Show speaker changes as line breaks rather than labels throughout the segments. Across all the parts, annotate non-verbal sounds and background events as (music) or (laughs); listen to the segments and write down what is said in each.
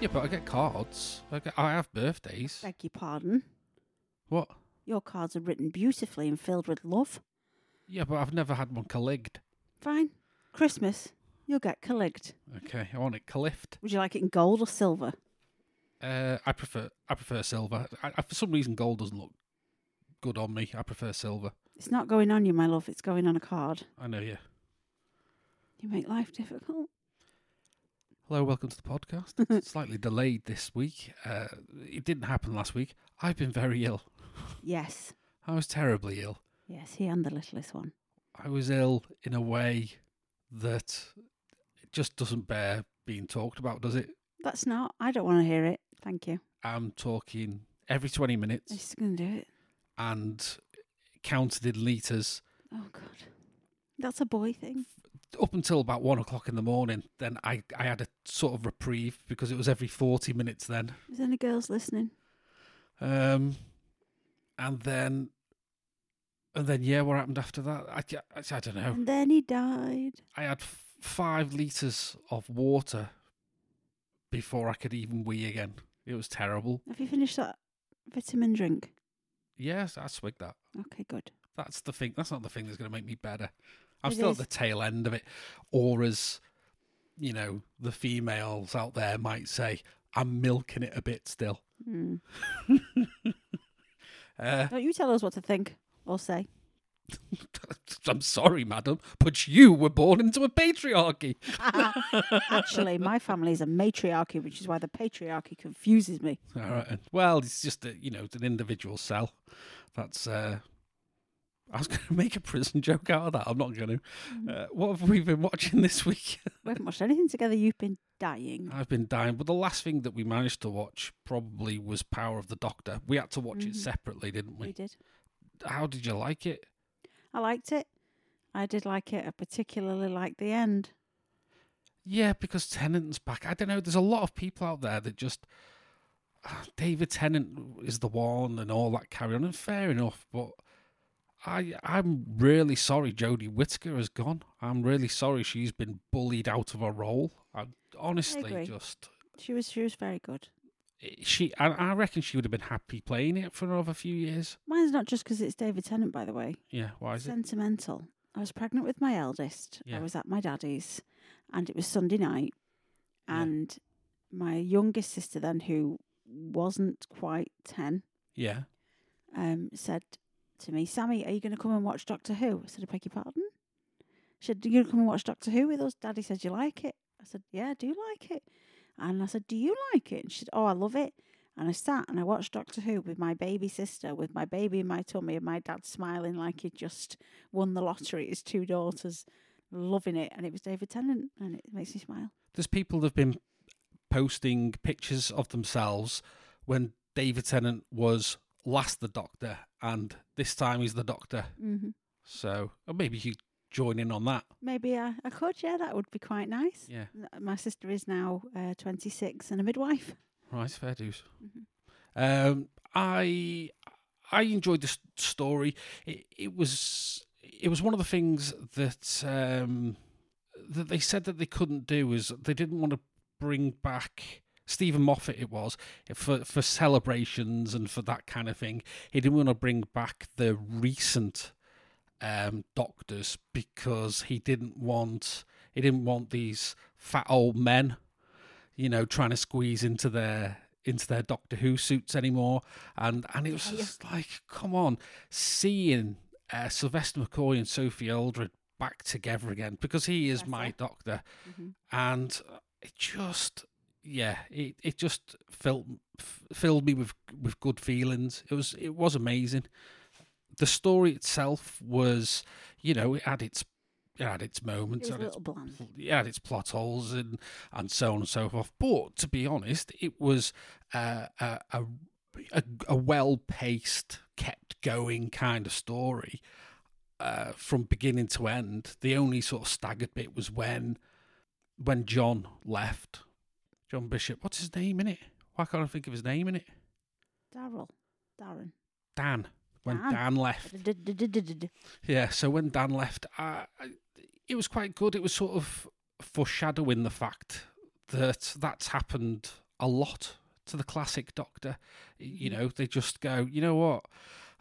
Yeah, but I get cards. I, get, I have birthdays.
Beg your pardon.
What?
Your cards are written beautifully and filled with love.
Yeah, but I've never had one colligged.
Fine. Christmas, you'll get colligged.
Okay, I want it cliffed.
Would you like it in gold or silver?
Uh, I prefer I prefer silver. I, I, for some reason, gold doesn't look good on me. I prefer silver.
It's not going on you, my love. It's going on a card.
I know, yeah.
You make life difficult.
Hello, welcome to the podcast. It's Slightly delayed this week. Uh, it didn't happen last week. I've been very ill.
Yes.
I was terribly ill.
Yes, he and the littlest one.
I was ill in a way that it just doesn't bear being talked about, does it?
That's not. I don't want to hear it. Thank you.
I'm talking every 20 minutes
I'm just going to do it.
and counted in litres
Oh, God. That's a boy thing.
up until about one o'clock in the morning. Then I, I had a sort of reprieve because it was every 40 minutes then.
Is there any girls listening?
Um, and then, and then, yeah, what happened after that? I, ca- I, I don't know.
And then he died.
I had f- five litres of water before I could even wee again. It was terrible.
Have you finished that vitamin drink?
Yes, I swig that.
Okay, good.
That's the thing. That's not the thing that's going to make me better. I'm
It
still
is.
at the tail end of it. Or as, you know, the females out there might say, I'm milking it a bit still.
Mm.
Uh,
Don't you tell us what to think or say.
I'm sorry, madam, but you were born into a patriarchy.
Actually, my family is a matriarchy, which is why the patriarchy confuses me.
All right. and- Well, it's just that, you know, it's an individual cell. That's. uh I was going to (laughs) make a prison joke out of that. I'm not going
Mm.
to. Uh, what have we been watching this (laughs) week?
We haven't watched anything together. You've been dying.
I've been dying. But the last thing that we managed to watch probably was Power of the Doctor. We had to watch it
Mhm.
separately, didn't
We
we?
did.
How did you like it?
I liked it. I did like it. I particularly liked the end.
Yeah, because Tennant's back. I don't know. There's a lot of people out there that just ah, David Tennant is the one and all that carry on. And fair enough, but I I'm really sorry Jodie Whittaker has gone. I'm really sorry she's been bullied out of her role. I honestly
agree.
just eh,
She was she was very good.
she. I, I reckon she would have been happy playing it for another few years.
Mine's not just 'cause it's David Tennant, by the way.
Yeah, why Oh, is it?
Sentimental. I was pregnant with my eldest.
Yeah.
I was at my daddy's, and it was Sunday night,
Yeah.
and my youngest sister then, who wasn't quite ten,
Yeah,
um, said to me, "Sammy, are you going to come and watch Doctor Who?" I said, "I beg your pardon." She said, "Are you going to come and watch Doctor Who with us?" Daddy said, "You like it?" I said, "Yeah, I do like it." And I said, "Do you like it?" And she said, "Oh, I love it." And I sat and I watched Doctor Who with my baby sister, with my baby in my tummy, and my dad smiling like he'd just won the lottery. His two daughters loving it, and it was David Tennant, and it makes me smile.
there's people that've been posting pictures of themselves when David Tennant was last the Doctor, and this time he's the Doctor.
Mm-hmm.
So or maybe you join in on that.
Maybe I, I could, yeah, that would be quite nice.
Yeah,
N- My sister is now uh, 26 and a midwife.
right, fair dues.
Mhm.
Um, I I enjoyed this story. It, it was it was one of the things that um, that they said that they couldn't do is they didn't want to bring back Stephen Moffat. It was for for celebrations and for that kind of thing. He didn't want to bring back the recent um, doctors because he didn't want he didn't want these fat old men, you know, trying to squeeze into their into their Doctor Who suits anymore. And and it was
Yeah.
just like, come on, seeing uh, Sylvester McCoy and Sophie Aldred back together again because he is
That's
my
it.
doctor,
Mm-hmm.
and uh, it just yeah, it, it just felt f- filled me with with good feelings. It was it was amazing. The story itself was, you know, it had its it had its
It
moments,
was a
had its
little bland.
it had its plot holes and and so on and so forth. But to be honest, it was uh, a a, a, a well paced, kept going kind of story uh, from beginning to end. The only sort of staggered bit was when when John left. John Bishop, what's his name in it? Why can't I think of his name in it?
Daryl. (laughs) Darren.
Dan. When
Dan.
Dan left.
D-d-d-d-d-d.
Yeah, so when Dan left, I, I, it was quite good. It was sort of foreshadowing the fact that that's happened a lot to the classic doctor. You
Mm-hmm.
know, they just go, you know what,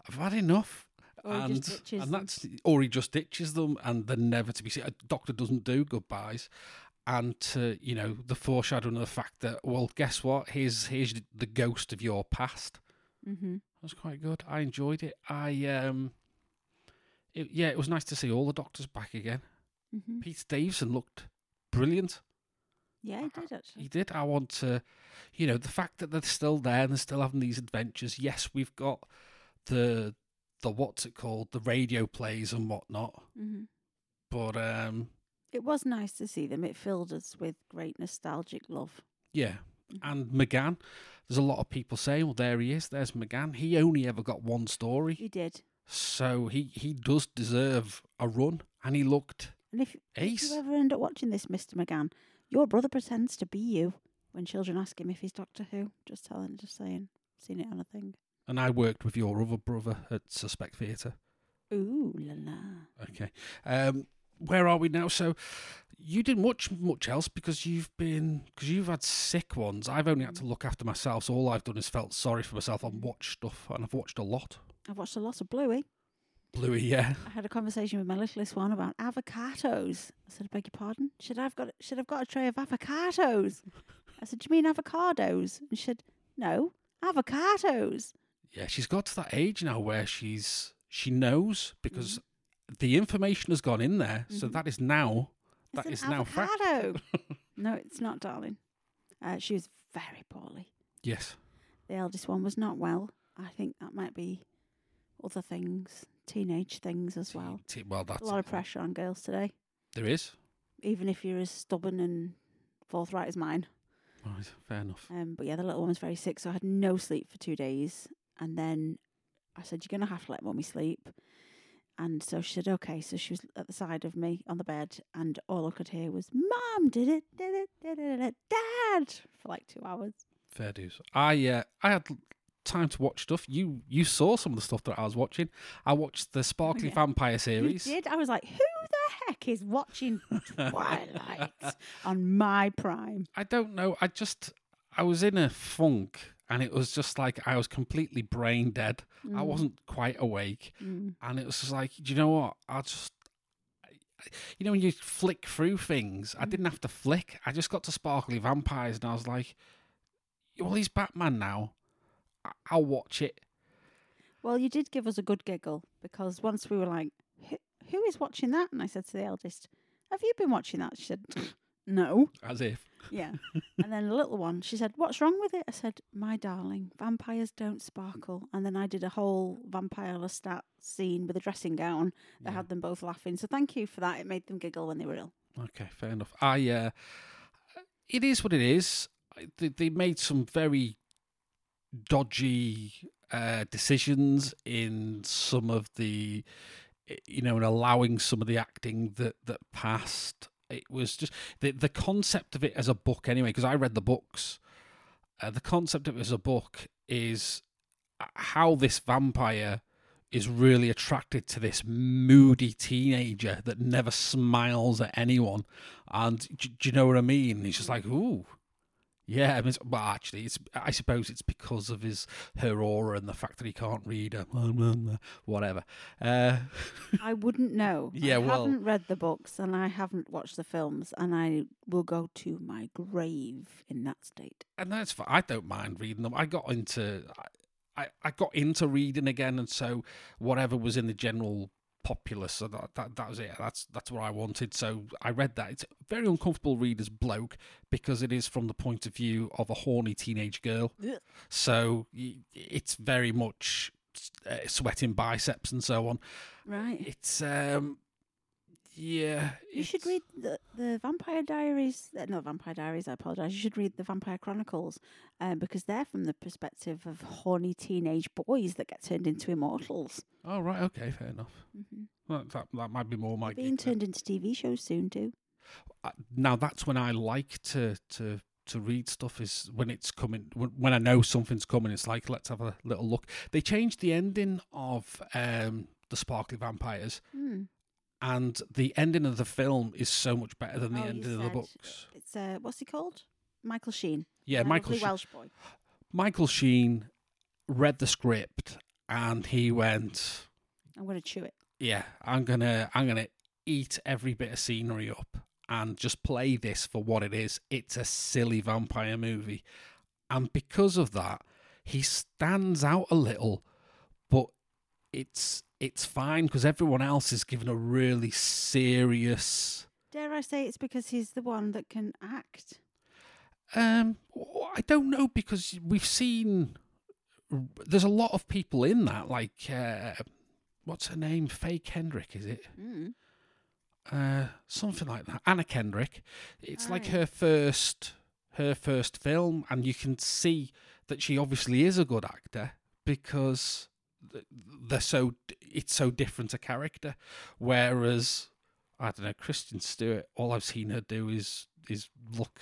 I've had enough.
Or he
and
just ditches
and
them.
that's or he just ditches them and they're never to be seen. A doctor doesn't do goodbyes, and to you know the foreshadowing of the fact that well, guess what? Here's here's the ghost of your past.
Mm-hmm.
That was quite good. I enjoyed it. I um, it, yeah, it was nice to see all the doctors back again.
Mm-hmm.
Pete Davidson looked brilliant.
Yeah, he
I-
did actually.
He did. I want to, you know, the fact that they're still there and they're still having these adventures. Yes, we've got the the what's it called, the radio plays and whatnot.
Mm-hmm.
But um,
It was nice to see them. It filled us with great nostalgic love.
yeah, and McGann. There's a lot of people saying, "Well, there he is. There's McGann. He only ever got one story,
He did.
so he he does deserve a run." And he looked
And if, if
ace.
you ever end up watching this, Mr. McGann, your brother pretends to be you when children ask him if he's Doctor Who. Just telling, just saying. Seen it on a thing.
And I worked with your other brother at Suspect Theatre.
Ooh la la.
Okay. Um, where are we now? So you didn't watch much else because you've been because you've had sick ones. I've only had to look after myself, so all I've done is felt sorry for myself. I've watched stuff and I've watched a lot.
I've watched a lot of Bluey.
Bluey, yeah.
I had a conversation with my littlest one about avocados. I said, I beg your pardon? Should I've got should I've got a tray of avocados? I said, Do you mean avocados? And she said, No, avocados.
Yeah, she's got to that age now where she's she knows because
Mm-hmm.
the information has gone in there, so
Mhm.
that is now
It's
that
an
is now fact.
avocado. no, it's not, darling. Uh, she was very poorly.
Yes.
The eldest one was not well. I think that might be other things, teenage things as well.
T- well, that's
A lot of
it.
pressure on girls today,
There is.
even if you're as stubborn and forthright as mine.
Right, fair enough.
Um, but yeah, the little one was very sick, so I had no sleep for two days. And then I said, "You're gonna have to let mummy sleep." And so she said, "Okay." So she was at the side of me on the bed, and all I could hear was, "Mom, did it, did it, did it, did it, Dad," for like two hours.
Fair dues. I uh, I had l- time to watch stuff. You you saw some of the stuff that I was watching. I watched the Sparkly
yeah.
Vampire
You
series.
did. I was like, "Who the heck is watching Twilight on my Prime?"
I don't know. I just I was in a funk, and it was just like I was completely brain dead. I
Mm,
wasn't quite awake,
mm.
and it was just like, do you know what? I just I- I- you know when you flick through things,
Mm.
I didn't have to flick. I just got to Sparkly Vampires, and I was like, well, he's Batman now. I- I'll watch it.
Well, you did give us a good giggle because once we were like, "Who- "Who is watching that?" and I said to the eldest, "Have you been watching that?" She said, "No."
As if.
Yeah. (laughs) and then the little one, she said, What's wrong with it? I said, My darling, vampires don't sparkle. And then I did a whole vampire Lestat scene with a dressing gown that
Yeah.
had them both laughing. So thank you for that. It made them giggle when they were ill.
Okay, fair enough. I uh, it is what it is. I- They, they made some very dodgy uh, decisions in some of the, i- you know, in allowing some of the acting that that passed. It was just the the concept of it as a book anyway. Because I read the books. Uh, the concept of it as a book is h- how this vampire is really attracted to this moody teenager that never smiles at anyone. And do, do you know what I mean? He's just like, ooh. Yeah, I mean, it's- well, actually, it's I suppose it's because of his her aura and the fact that he can't read her, whatever. Uh,
I wouldn't know.
(laughs) Yeah,
I
well-
haven't read the books and I haven't watched the films. And I will go to my grave in that state.
and that's fine. I don't mind reading them. I got into I- I, I got into reading again, and so whatever was in the general populace, so that, that that was it. That's that's what I wanted. So I read that. It's a very uncomfortable read as bloke because it is from the point of view of a horny teenage girl.
Ugh.
So y- it's very much uh, sweating biceps and so on.
Right.
It's um yeah.
You should
it's-
read the, the Vampire Diaries. uh, No, Vampire Diaries, I apologise. You should read the Vampire Chronicles um, because they're from the perspective of horny teenage boys that get turned into immortals.
Oh right, okay, fair enough.
Mm-hmm.
That that, that might be more my
Being
gig then.
turned into TV shows soon, too.
I- now that's when I like to to to read stuff is when it's coming when, when I know something's coming. It's like let's have a little look. They changed the ending of um the Sparkly Vampires,
Mm.
and the ending of the film is so much better than the
Oh, you
ending of the
said,
books.
It's, uh, what's he called? Michael Sheen.
Yeah,
the
Michael
lovely
Sheen,
Welsh boy.
Michael Sheen read the script and he went,
I'm going to chew it.
"Yeah, I'm gonna I'm gonna eat every bit of scenery up and just play this for what it is. It's a silly vampire movie, and because of that, he stands out a little, but it's it's fine because everyone else is given a really serious."
Dare I say it's because he's the one that can act?
Um, w- I don't know because we've seen there's a lot of people in that. Like, uh, what's her name? Faye Kendrick, is it?
Mm.
Uh, something like that. Anna Kendrick. It's like
Aye.
her first her first film, and you can see that she obviously is a good actor because th- they're so it's so different a character. Whereas I don't know Kristen Stewart. All I've seen her do is is look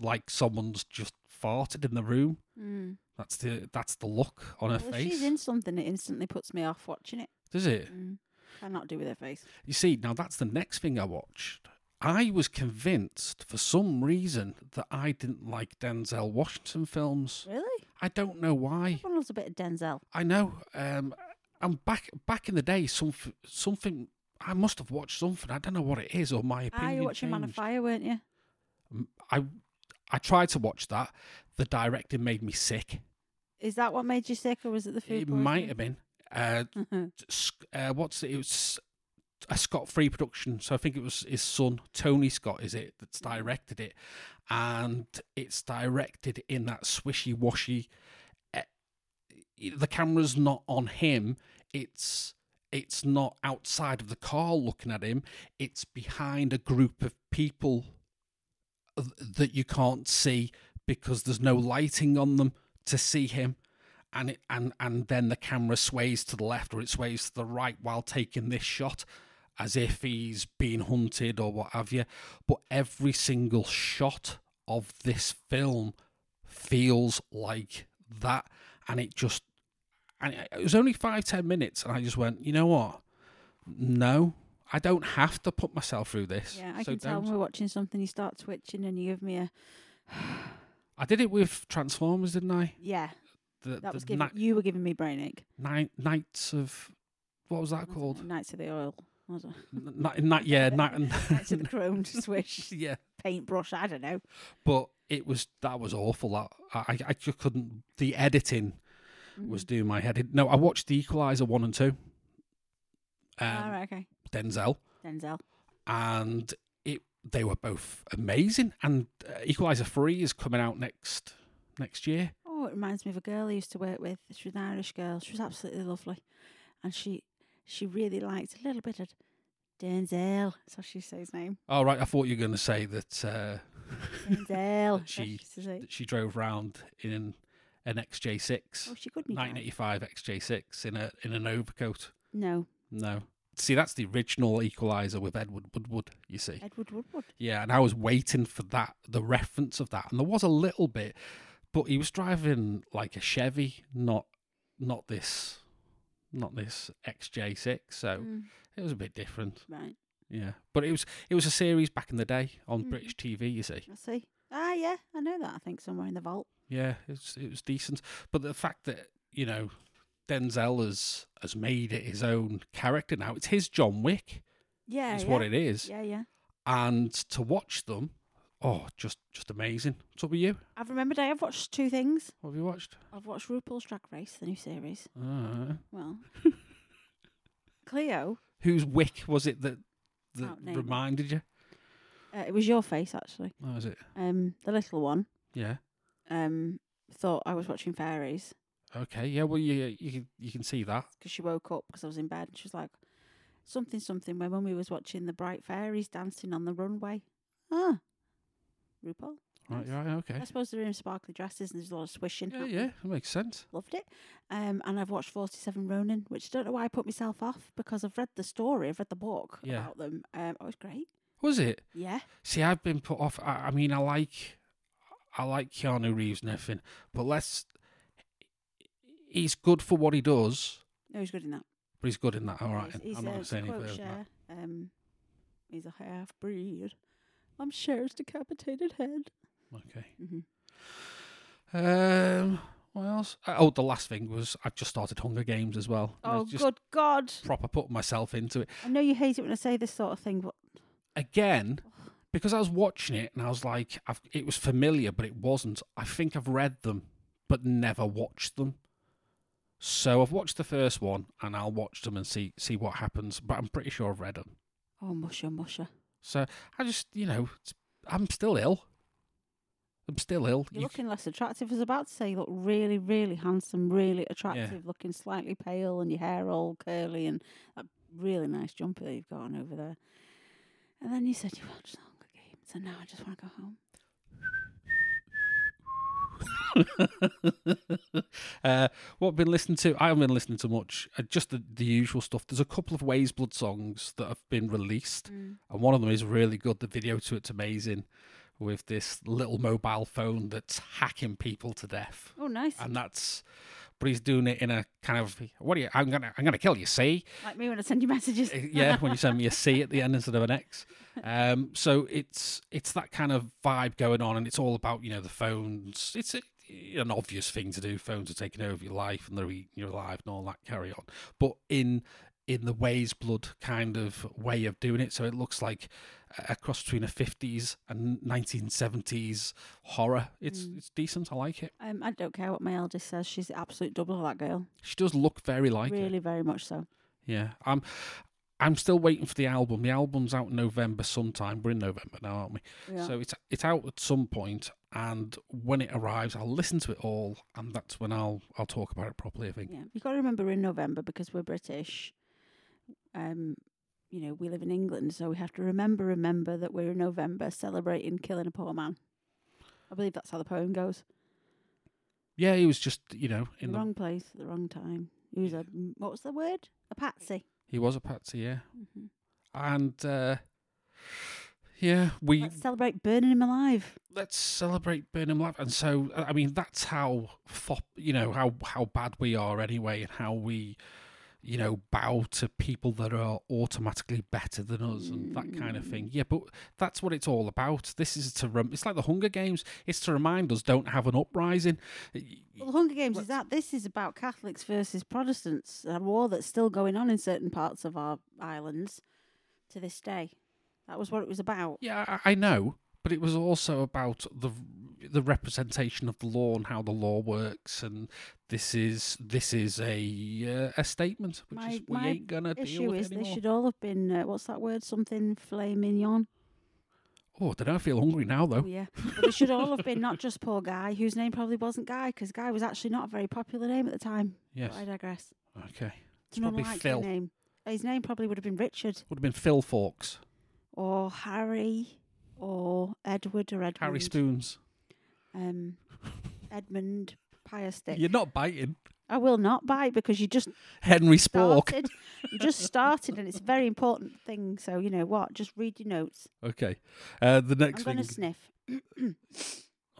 like someone's just farted in the room.
Mm.
That's the that's the look on her
Well, if
face.
she's in something, it instantly puts me off watching it.
Does it?
Mm. Cannot do with her face.
You see, now that's the next thing I watched. I was convinced for some reason that I didn't like Denzel Washington films.
Really?
I don't know why.
Everyone loves a bit of Denzel.
I know. Um, and back back in the day, some, something I must have watched something. I don't know what it is or my
Ah,
opinion.
you were watching Man of
changed.
Fire, weren't you?
M- I I tried to watch that. The directing made me sick.
Is that what made you sick, or was it the food?
It might have been. Uh,
(laughs) been.
eh,
yeah, I
so
can tell
don't.
when we're watching something. You start twitching, and you give me a
i did it with transformers didn't i
yeah.
the,
That was
the
giving
ni-
you were giving me brain ache.
ni- nights of what was that
I don't
called
know, Knights of the Oil. I don't know.
N- not, not yeah, not,
(laughs) Knights of the (laughs) Chrome to
(laughs)
swish
yeah.
paintbrush. I don't know.
But it was that was awful. That I I just couldn't. The editing
Mm-hmm.
was doing my head in. No, I watched The Equalizer one and two. Um,
All Mm-hmm. Ah, right, okay.
Denzel
Denzel.
and it they were both amazing. And uh, Equalizer three is coming out next next year.
Oh, it reminds me of a girl I used to work with. She was an Irish girl. She was absolutely lovely, and she she really liked a little bit of Denzel. That's how she say
(laughs)
his name.
All Oh, right, I thought you were going to say that uh,
Denzel. That's
She-
what she say.
that she drove round in an XJ six.
Oh, she couldn't.
1985 XJ6 in a in an overcoat.
No,
No. See, that's the original Equalizer with Edward Woodward, you see.
Edward Woodward.
Yeah, and I was waiting for that, the reference of that. And there was a little bit, but he was driving like a Chevy, not not this not this XJ6, so
Mm,
it was a bit different.
right,
Yeah. But it was it was a series back in the day on
Mhm.
British TV, you see.
I see. Ah, yeah, I know that. I think somewhere in the vault.
Yeah, it was, it was decent. But the fact that, you know, Denzel has has made it his own character now. It's his John Wick.
Yeah,
is
yeah.
what it is.
Yeah, yeah.
and to watch them, oh, just just amazing. What's up with you?
I've remembered. I have watched two things.
What have you watched?
I've watched RuPaul's Drag Race, the new series.
Uh, (laughs)
Well, Cleo.
whose wick was it that that
Can't name it.
reminded you?
Uh, it was your face actually.
What was it?
Um, the little one.
Yeah.
Um, thought I was watching fairies
Okay. Yeah. Well, you you can you can see that.
'cause she woke up 'cause I was in bed. and She was like, something, something. My mummy was watching the bright fairies dancing on the runway. Ah, RuPaul.
Right.
Nice.
Right. Okay.
I suppose they're in sparkly dresses and there's a lot of swishing.
Yeah.
happening.
Yeah. That makes sense.
Loved it. Um, and I've watched 47 Ronin, which I don't know why I put myself off because I've read the story, I've read the book
Yeah.
about them. Um, it was great.
Was it?
Yeah.
See, I've been put off. I, I mean, I like, I like Keanu Reeves and everything, but let's. He's good for what he does,
No, he's good in that.
but he's good in that. All right.
He's, he's,
I'm not
uh,
going to say
to
any
quote
further. than that.
Cher, um, he's a half breed. I'm Cher's decapitated head.
Okay.
hmm
Um, what else? Uh, Oh, the last thing was I've just started Hunger Games as well. and I
Oh,
just
good God.
proper put myself into it
I know you hate it when I say this sort of thing, but
again because I was watching it and I was like, I've, it was familiar, but it wasn't. I think I've read them, but never watched them. So I've watched the first one and I'll watch them and see see what happens. But I'm pretty sure I've read them.
oh, musher, musher.
So I just, you know, it's- I'm still ill. I'm still ill.
You're
You-
looking less attractive. I was about to say you look really, really handsome, really attractive, looking slightly pale, and your hair all curly, and that really nice jumper that you've got on over there. And then you said you watched the Hunger Games, and now I just want to go home.
(laughs) uh, what I've been listening to, I haven't been listening to much. Uh, just the, the usual stuff. There's a couple of Ways Blood songs that have been released. and one of them is really good. The video to it's amazing, with this little mobile phone that's hacking people to death,
Oh, nice.
and that's. But he's doing it in a kind of what are you? I'm gonna I'm gonna kill you. See,
like me when I send you messages.
Uh, (laughs) yeah, when you send me a C at the end instead of an X. Um, so it's it's that kind of vibe going on, and it's all about you know the phones. It's a, an obvious thing to do. Phones are taking over your life, and they're eating your life, and all that carry on. But in in the ways blood kind of way of doing it, so it looks like a cross between a fifties and nineteen seventies horror. It's
Mm.
it's decent. I like it.
Um, I don't care what my eldest says. She's the absolute double of that girl.
She does look very like it.
really, very much so.
Yeah, I'm. I'm still waiting for the album. The album's out in November sometime. We're in November now, aren't we?
Yeah.
So it's it's out at some point, and when it arrives, I'll listen to it all, and that's when I'll I'll talk about it properly. I think.
Yeah, you got to remember we're in November because we're British. Um, you know, we live in England, so we have to remember, remember that we're in November celebrating killing a poor man. I believe that's how the poem goes.
Yeah, he was just you know in
In the
the,
wrong place at the wrong time. He was a what was the word? A patsy.
he was a patsy, yeah,
hmm
and uh, yeah, we
Let's celebrate burning him alive.
let's celebrate Burnham Live. And so, uh, I I mean, that's how fop, you know how how bad we are anyway, and how we, you know, bow to people that are automatically better than us and that kind of thing. Yeah, but that's what it's all about. This is to rem- it's like the Hunger Games. It's to remind us don't have an uprising.
Well, the Hunger Games
Let's-
is that. This is about Catholics versus Protestants, a war that's still going on in certain parts of our islands to this day. That was what it was about.
Yeah, I I know, but it was also about the the representation of the law and how the law works, and this is this is a uh, a statement, which
My-
is we
my
ain't gonna deal
issue
with
is
anymore.
they should all have been uh, what's that word? Something filet mignon.
Oh, I don't know. I feel hungry now
Oh
though.
yeah, but they should all have been not just poor guy, whose name probably wasn't Guy, because Guy was actually not a very popular name at the time.
Yes.
But I digress.
Okay. It's
An
probably
unlikely
Phil. Would
Name. His name probably would have been Richard
have been Phil Forks,
or Harry or Edward or Edmund.
Harry Spoons.
Um, Edmund Piastick.
You're not biting.
I will not bite because you just
Henry Spork.
started. you just started, and it's a very important thing. So you know what? Just read your notes.
Okay. Uh, the next thing.
I'm going to sniff.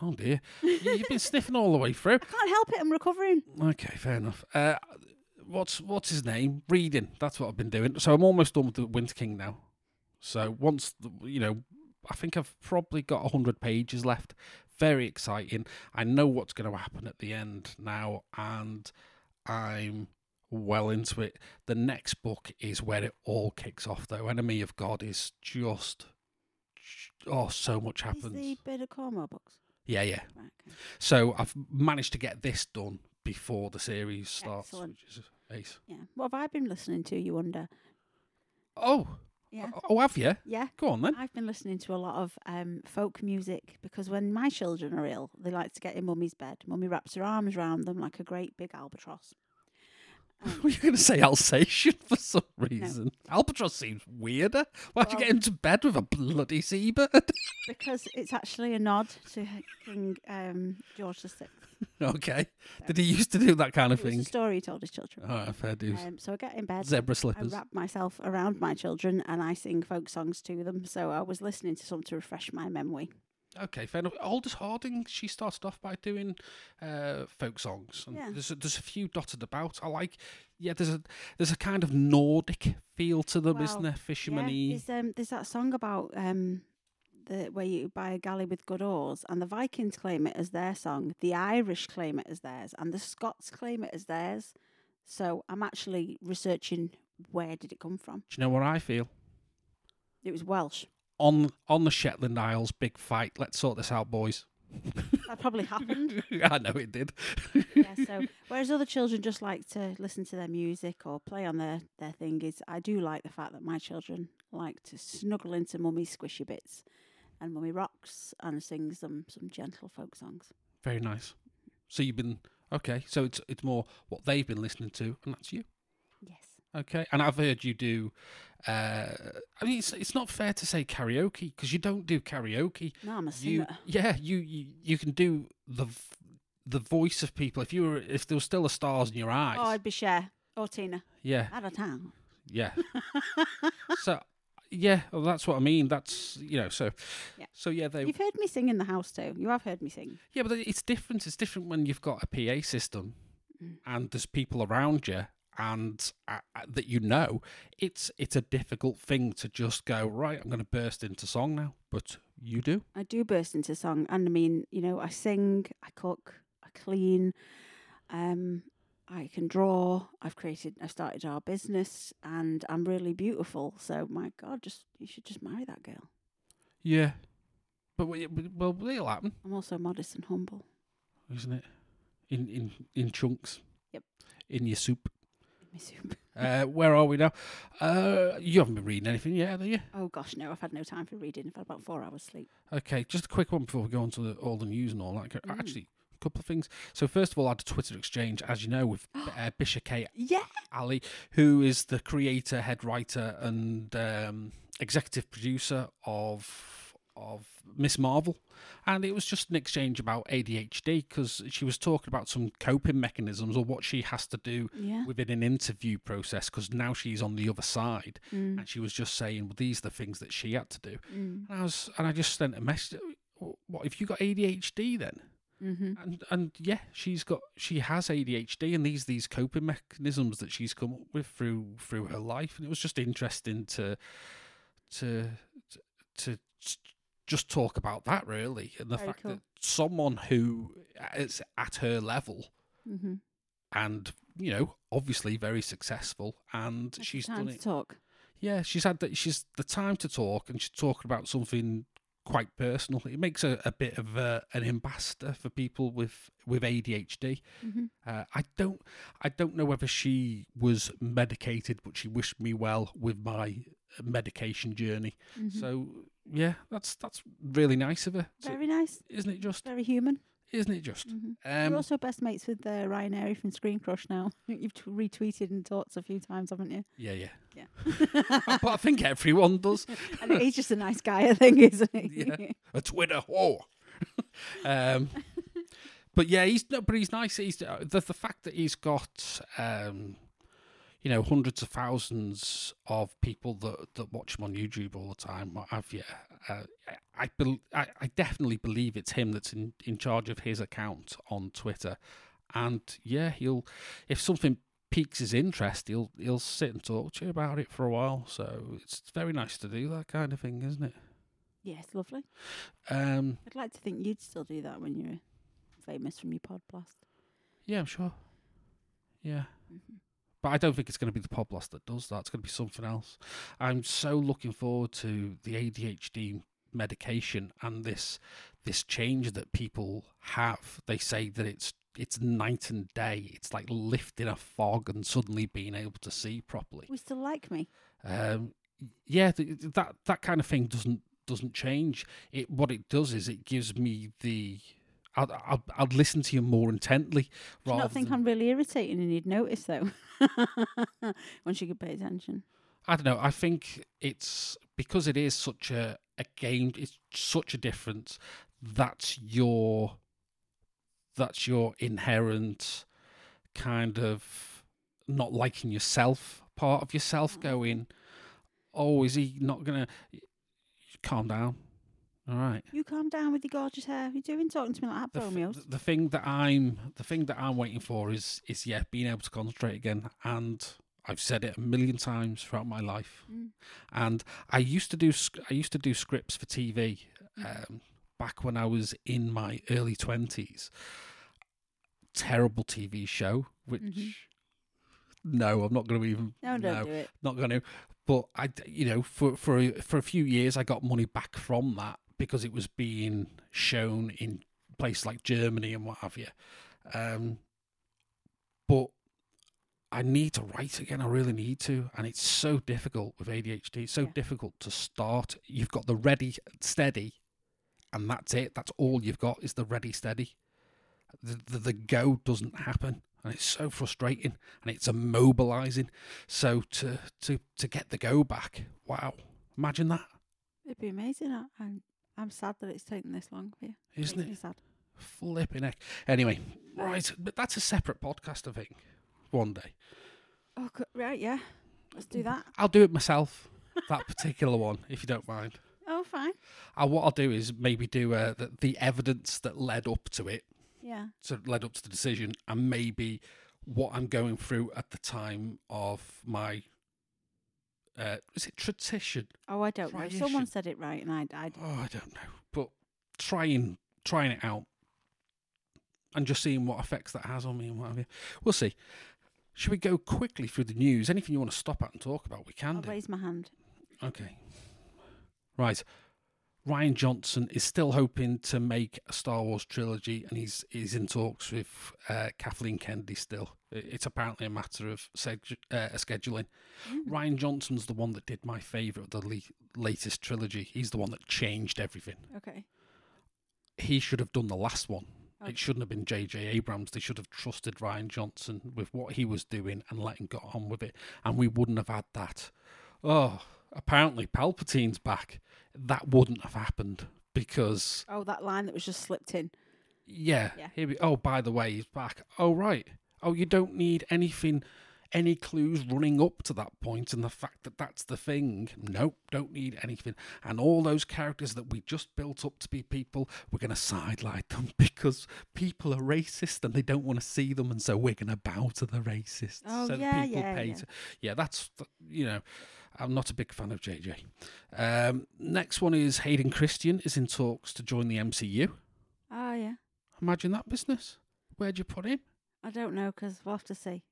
Oh dear. You- You've been sniffing all the way through.
I can't help it. I'm recovering.
Okay, fair enough. Uh, what's what's his name? Reading. That's what I've been doing. So I'm almost done with the Winter King now. So once the, you know, I think I've probably got hundred pages left. Very exciting. I know what's going to happen at the end now, and I'm well into it. The next book is where it all kicks off, though. Enemy of God is just oh, so much
Is the
happens.
bit of Cornwall books?
Yeah, yeah.
Right, okay.
So I've managed to get this done before the series starts,
Excellent.
which is ace.
Yeah. What have I been listening to, you wonder?
Oh,
Yeah.
oh, have you?
Yeah.
Go on (laughs) then.
I've been listening to a lot of um, folk music because when my children are ill, they like to get in mummy's bed. Mummy wraps her arms round them like a great big albatross.
Were you going to say Alsatian for some reason? Albatross seems weirder. Why'd you
Well-
get into bed with a bloody seabird? (laughs)
Because it's actually a nod to King um, George the Sixth.
okay. Did he used to do that kind of
It was a
thing?
story he told his children.
All right, fair dues.
Um, so I get in bed.
Zebra
I
slippers.
wrap myself around my children and I sing folk songs to them. So I was listening to some to refresh my memory.
Okay, fair enough. Aldous Harding, she started off by doing uh, folk songs. And
Yeah.
There's a, there's a few dotted about. I like. Yeah, there's a there's a kind of Nordic feel to them,
Well,
isn't there? Fisherman
Yeah, there's, um, there's that song about um, the, where you buy a galley with good oars, and the Vikings claim it as their song, the Irish claim it as theirs, and the Scots claim it as theirs. So I'm actually researching where did it come from.
Do you know what I feel?
It was Welsh.
On on the Shetland Isles, big fight. Let's sort this out, boys. (laughs)
That probably happened.
I know it did.
yeah, so whereas other children just like to listen to their music or play on their, their thing is I do like the fact that my children like to snuggle into mummy's squishy bits and mummy rocks and sings them some gentle folk songs.
Very nice. So you've been okay. So it's it's more what they've been listening to, and that's you.
Yes.
Okay, and I've heard you do. Uh, I mean, it's it's not fair to say karaoke because you don't do karaoke.
No, I'm
You
a singer.
yeah, you, you you can do the v- the voice of people. If you were if there was still a stars in your eyes,
Oh, I'd be Cher or Tina. (laughs)
yeah,
Out of town. (laughs)
yeah. so yeah, well, that's what I mean. That's you know. So
Yeah.
so yeah, they
You've heard me sing in the house too. You have heard me sing.
Yeah, but it's different. It's different when you've got a PA system
Mm.
and there's people around you and uh, uh, that you know. It's it's a difficult thing to just go right. I'm going to burst into song now, but you do.
I do burst into song, and I mean, you know, I sing, I cook, I clean, um, I can draw. I've created, I've started our business, and I'm really beautiful. So, my God, just you should just marry that girl.
Yeah, but we- we- well, it'll happen,
I'm also modest and humble.
isn't it? In in in chunks.
Yep.
In your soup.
Let me zoom.
Uh, where are we now? Uh, you haven't been reading anything yet, have you?
(laughs) Oh gosh, no, I've had no time for reading. I've had about four hours sleep.
Okay, just a quick one before we go on to the, all the news and all that. Co- Actually, a couple of things. So, first of all, I had a Twitter exchange, as you know, with uh, Bisha K.
Yeah,
Ali, who is the creator, head writer, and um, executive producer of of Miss Marvel, and it was just an exchange about ADHD because she was talking about some coping mechanisms or what she has to do
yeah,
within an interview process because now she's on the other side, and she was just saying, well, these are the things that she had to do.
mm.
And I was, and I just sent a message. What if you got ADHD then?
mm-hmm.
And and yeah, she's got she has ADHD, and these these coping mechanisms that she's come up with through through her life, and it was just interesting to to to, to just talk about that really, and the
Very
fact
cool.
that someone who is at her level
Mm-hmm.
and you know obviously very successful, and she's
time
done
to
it.
talk.
Yeah, she's had that. She's the time to talk, and she's talking about something quite personal. It makes a, a bit of a, an ambassador for people with with ADHD.
Mhm.
Uh, I don't, I don't know whether she was medicated, but she wished me well with my medication journey.
Mhm.
So yeah, that's that's really nice of her, So,
Very nice,
isn't it? Just
very human.
isn't it? Just
Mhm.
um,
You're also best mates with uh, Ryan Airy from Screen Crush now. (laughs) You've t- retweeted and talked a few times,
(laughs)
haven't you?
yeah, yeah.
Yeah.
but I think everyone
(laughs)
does.
And he's just a nice guy, I think, isn't he?
Yeah. a Twitter whore. (laughs) um, but yeah, he's no, but he's nice. He's uh, the the fact that he's got um, you know hundreds of thousands of people that that watch him on YouTube all the time. What have you? Uh, I, bel I I definitely believe it's him that's in in charge of his account on Twitter, and yeah, he'll if something piques his interest he'll he'll sit and talk to you about it for a while so it's very nice to do that kind of thing isn't it
(laughs) Yes, lovely.
um
I'd like to think you'd still do that when you're famous from your pod blast. Mm-hmm.
Yeah, I'm sure. Yeah. But I don't think it's going to be the Poblos that does that. It's going to be something else. I'm so looking forward to the ADHD medication and this this change that people have. They say that it's it's night and day. It's like lifting a fog and suddenly being able to see properly.
We still like me.
Um, yeah, th- th- that that kind of thing doesn't doesn't change. It what it does is it gives me the. I'd, I'd, I'd listen to you more intently.
Do you
rather
not think
than-
I'm really irritating and you'd notice, though? (laughs) Once you could pay attention.
I don't know. I think it's because it is such a, a game. It's such a difference. That's your that's your inherent kind of not liking yourself part of yourself going. Oh, is he not gonna calm down? All right.
You calm down with your gorgeous hair. You're doing talking to me like
The,
that,
f-
Romeo's.
the thing that I'm the thing that I'm waiting for is is yeah being able to concentrate again and I've said it a million times throughout my life,
Mm.
and I used to do sc- I used to do scripts for TV um, back when I was in my early twenties. Terrible TV show, which
Mm-hmm.
no, I'm not going to even
No, don't do it.
not going to. But I, d- you know, for for a, for a few years, I got money back from that because it was being shown in places like Germany and what have you. Um, but I need to write again. I really need to, and it's so difficult with ADHD. It's so
Yeah.
difficult to start. You've got the ready, steady, and that's it. That's all you've got is the ready, steady. The the, the go doesn't happen, and it's so frustrating, and it's immobilizing. So to to to get the go back, wow! Imagine that,
It'd be amazing. I- I'm, I'm sad that it's taken this long for you.
isn't
Makes me
it?
sad.
Flipping heck. Anyway, right, but that's a separate podcast, I think. One day
Oh, go- right, yeah. Let's do that.
I'll do it myself. That particular one, if you don't mind.
Oh, fine.
I, what I'll do is maybe do uh, the, the evidence that led up to it,
Yeah.
so led up to the decision, and maybe what I'm going through at the time of my. Uh, is it tradition?
Oh, I don't know.
Try
Someone
issue.
said it right, and I, I d-
oh, I don't know, but trying trying it out and just seeing what effects that has on me and what have you. We'll see. Should we go quickly through the news? Anything you want to stop at and talk about, we can
I'll
do.
raise my
(gasps)
hand.
Okay. Right. Ryan Johnson is still hoping to make a Star Wars trilogy, and he's he's in talks with uh, Kathleen Kennedy still. I- It's apparently a matter of seg- uh, scheduling. Ryan Johnson's the one that did my favourite of the le- latest trilogy. He's the one that changed everything
Mm, Okay.
he should have done the last one.
Okay.
It shouldn't have been J.J. Abrams. They should have trusted Ryan Johnson with what he was doing and let him get on with it. And we wouldn't have had that. Oh, apparently Palpatine's back. That wouldn't have happened because,
Oh, that line that was just slipped in.
yeah.
Yeah.
Here we, oh, by the way, he's back. Oh, right. Oh, you don't need anything, any clues running up to that point and the fact that that's the thing. Nope, don't need anything. And all those characters that we just built up to be people, we're going to sidelight them (laughs) because people are racist and they don't want to see them. And so we're going to bow to the racists.
Oh,
so that
yeah,
people
yeah,
pay
yeah.
To, yeah, that's, th- you know, I'm not a big fan of JJ. Um, next one is Hayden Christian is in talks to join the MCU.
Oh, yeah.
Imagine that business. Where'd you put him?
I don't know, 'cause we'll have to see.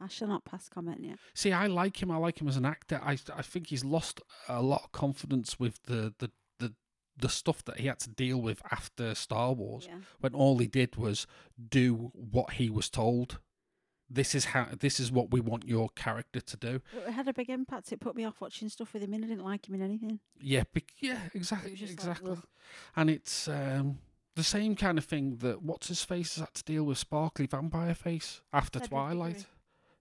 I shall not pass comment yet.
See, I like him. I like him as an actor. I I think he's lost a lot of confidence with the the the, the stuff that he had to deal with after Star Wars,
Yeah.
when all he did was do what he was told. This is how. This is what we want your character to do.
Well, It had a big impact. It put me off watching stuff with him, and I didn't like him in anything.
Yeah, bec- yeah, exactly,
was just like,
exactly.
ugh.
and it's um, the same kind of thing that what's his face has had to deal with, sparkly vampire face after
Frederick
Twilight.
Diggory.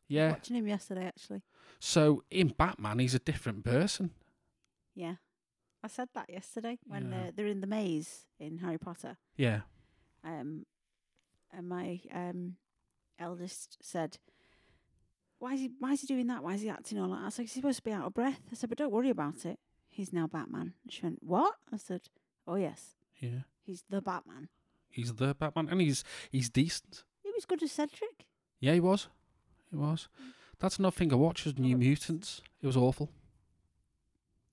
Yeah,
Watching him yesterday, actually.
So in Batman, he's a different person.
Yeah. I said that yesterday when
Yeah.
uh, they're in the maze in Harry Potter.
Yeah.
Um, and my um, eldest said, why is, he, why is he doing that? Why is he acting all like that? I was like, he's supposed to be out of breath. I said, but don't worry about it. He's now Batman. And she went, what? I said, oh, yes,
Yeah.
he's the Batman.
He's the Batman, and he's he's decent.
He was good as Cedric.
Yeah, he was. He was. That's another thing I watched was New
Oh, it's-
Mutants. It was awful.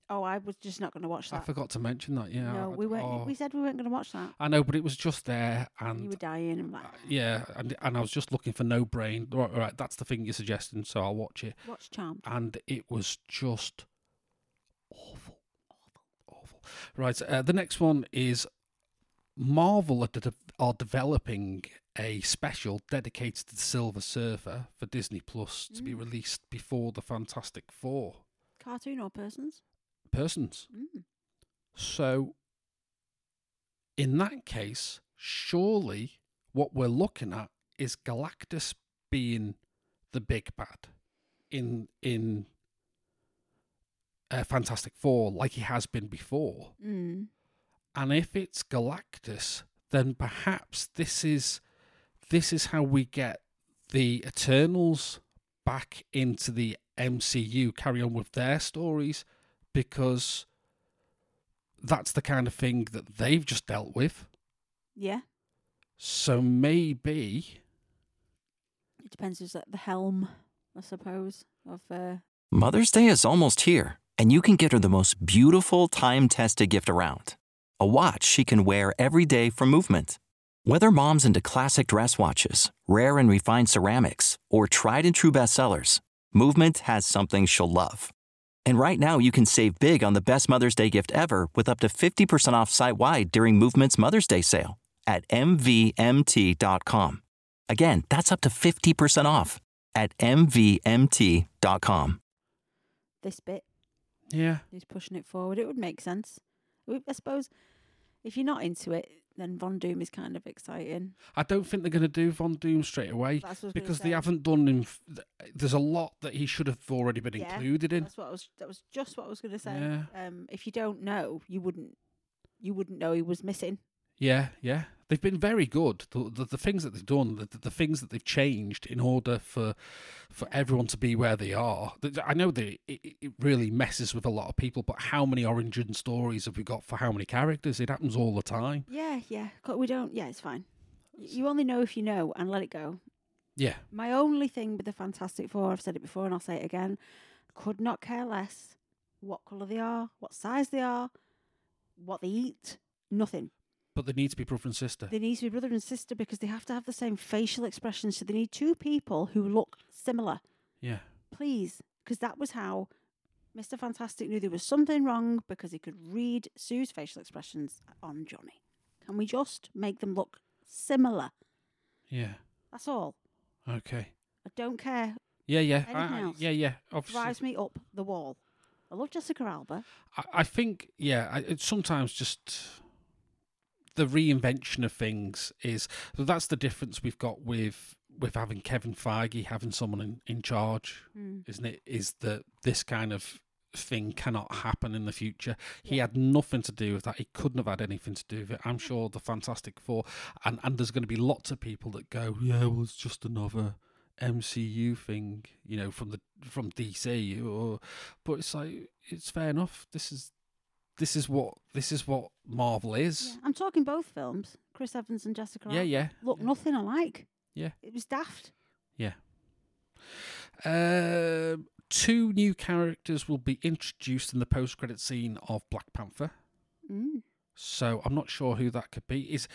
Oh, I was just not going to watch
I
that.
forgot to mention that. Yeah.
no,
I-
we weren't.
oh.
We said we weren't going to watch that.
I know, but it was just there,
And you
and
were dying. I'm like,
uh, yeah, and and I was just looking for no brain. Right, right, that's the thing you're suggesting, so I'll watch it.
watch Charmed.
And it was just awful, awful, awful. Right. Uh, the next one is Marvel are, de- are developing a special dedicated to the Silver Surfer for Disney Plus to be
Mm.
released before the Fantastic Four
Cartoon or persons?
persons.
Mm.
So, in that case, surely what we're looking at is Galactus being the big bad in in uh, Fantastic Four, like he has been before.
Mm.
And if it's Galactus, then perhaps this is this is how we get the Eternals back into the MCU, carry on with their stories, because that's the kind of thing that they've just dealt with.
Yeah.
So maybe
It depends who's at the helm, I suppose. of uh,
Mother's Day is almost here, and you can get her the most beautiful time tested gift around a watch she can wear every day for movement. Whether mom's into classic dress watches, rare and refined ceramics, or tried and true bestsellers, Movement has something she'll love. And right now, you can save big on the best Mother's Day gift ever with up to 50% off site wide during Movement's Mother's Day sale at MVMT.com. Again, that's up to 50% off at MVMT.com.
this bit.
Yeah.
He's pushing it forward. It would make sense. We- I suppose if you're not into it, then Von Doom is kind of exciting.
I don't think they're going to do Von Doom straight away
That's what I was gonna
because they
say.
haven't done him. f- th- There's a lot that he should have already been
Yeah,
included in.
That's what I was. That was just what I was going to say.
Yeah.
Um, if you don't know, you wouldn't. You wouldn't know he was missing.
Yeah, yeah. They've been very good. The, the, the things that they've done, the, the things that they've changed in order for for everyone to be where they are. Th- I know that it, it- it really messes with a lot of people, but how many origin stories have we got for how many characters? It happens all the time.
Yeah, yeah. co- We don't. Yeah, it's fine. Y- You only know if you know, and let it go.
Yeah,
My only thing with the Fantastic Four, I've said it before and I'll say it again, could not care less what colour they are, what size they are, what they eat, nothing.
but they need to be brother and sister.
They need to be brother and sister because they have to have the same facial expressions. So they need two people who look similar,
Yeah,
please. Because that was how Mr. Fantastic knew there was something wrong because he could read Sue's facial expressions on Johnny. Can we just make them look similar?
yeah.
That's all.
Okay.
I don't care
Yeah, yeah.
Anything
I, I-
else?
yeah, yeah. Obviously.
drives me up the wall. I love Jessica Alba.
I, I think, yeah, I, it's sometimes just the reinvention of things is so that's the difference we've got with with having Kevin Feige having someone in, in charge, isn't it? Is that this kind of thing cannot happen in the future. He had nothing to do with that. He couldn't have had anything to do with it. I'm sure the Fantastic Four and, and there's gonna be lots of people that go, Yeah, well it's just another MCU thing, you know, from the from DC or but it's like it's fair enough. This is this is what this is what Marvel is.
I'm talking both films, Chris Evans and Jessica
Yeah,
Alba.
yeah.
Look, nothing alike.
Yeah.
It was daft.
Um, two new characters will be introduced in the post-credit scene of Black Panther.
Mm.
So I'm not sure who that could be. Is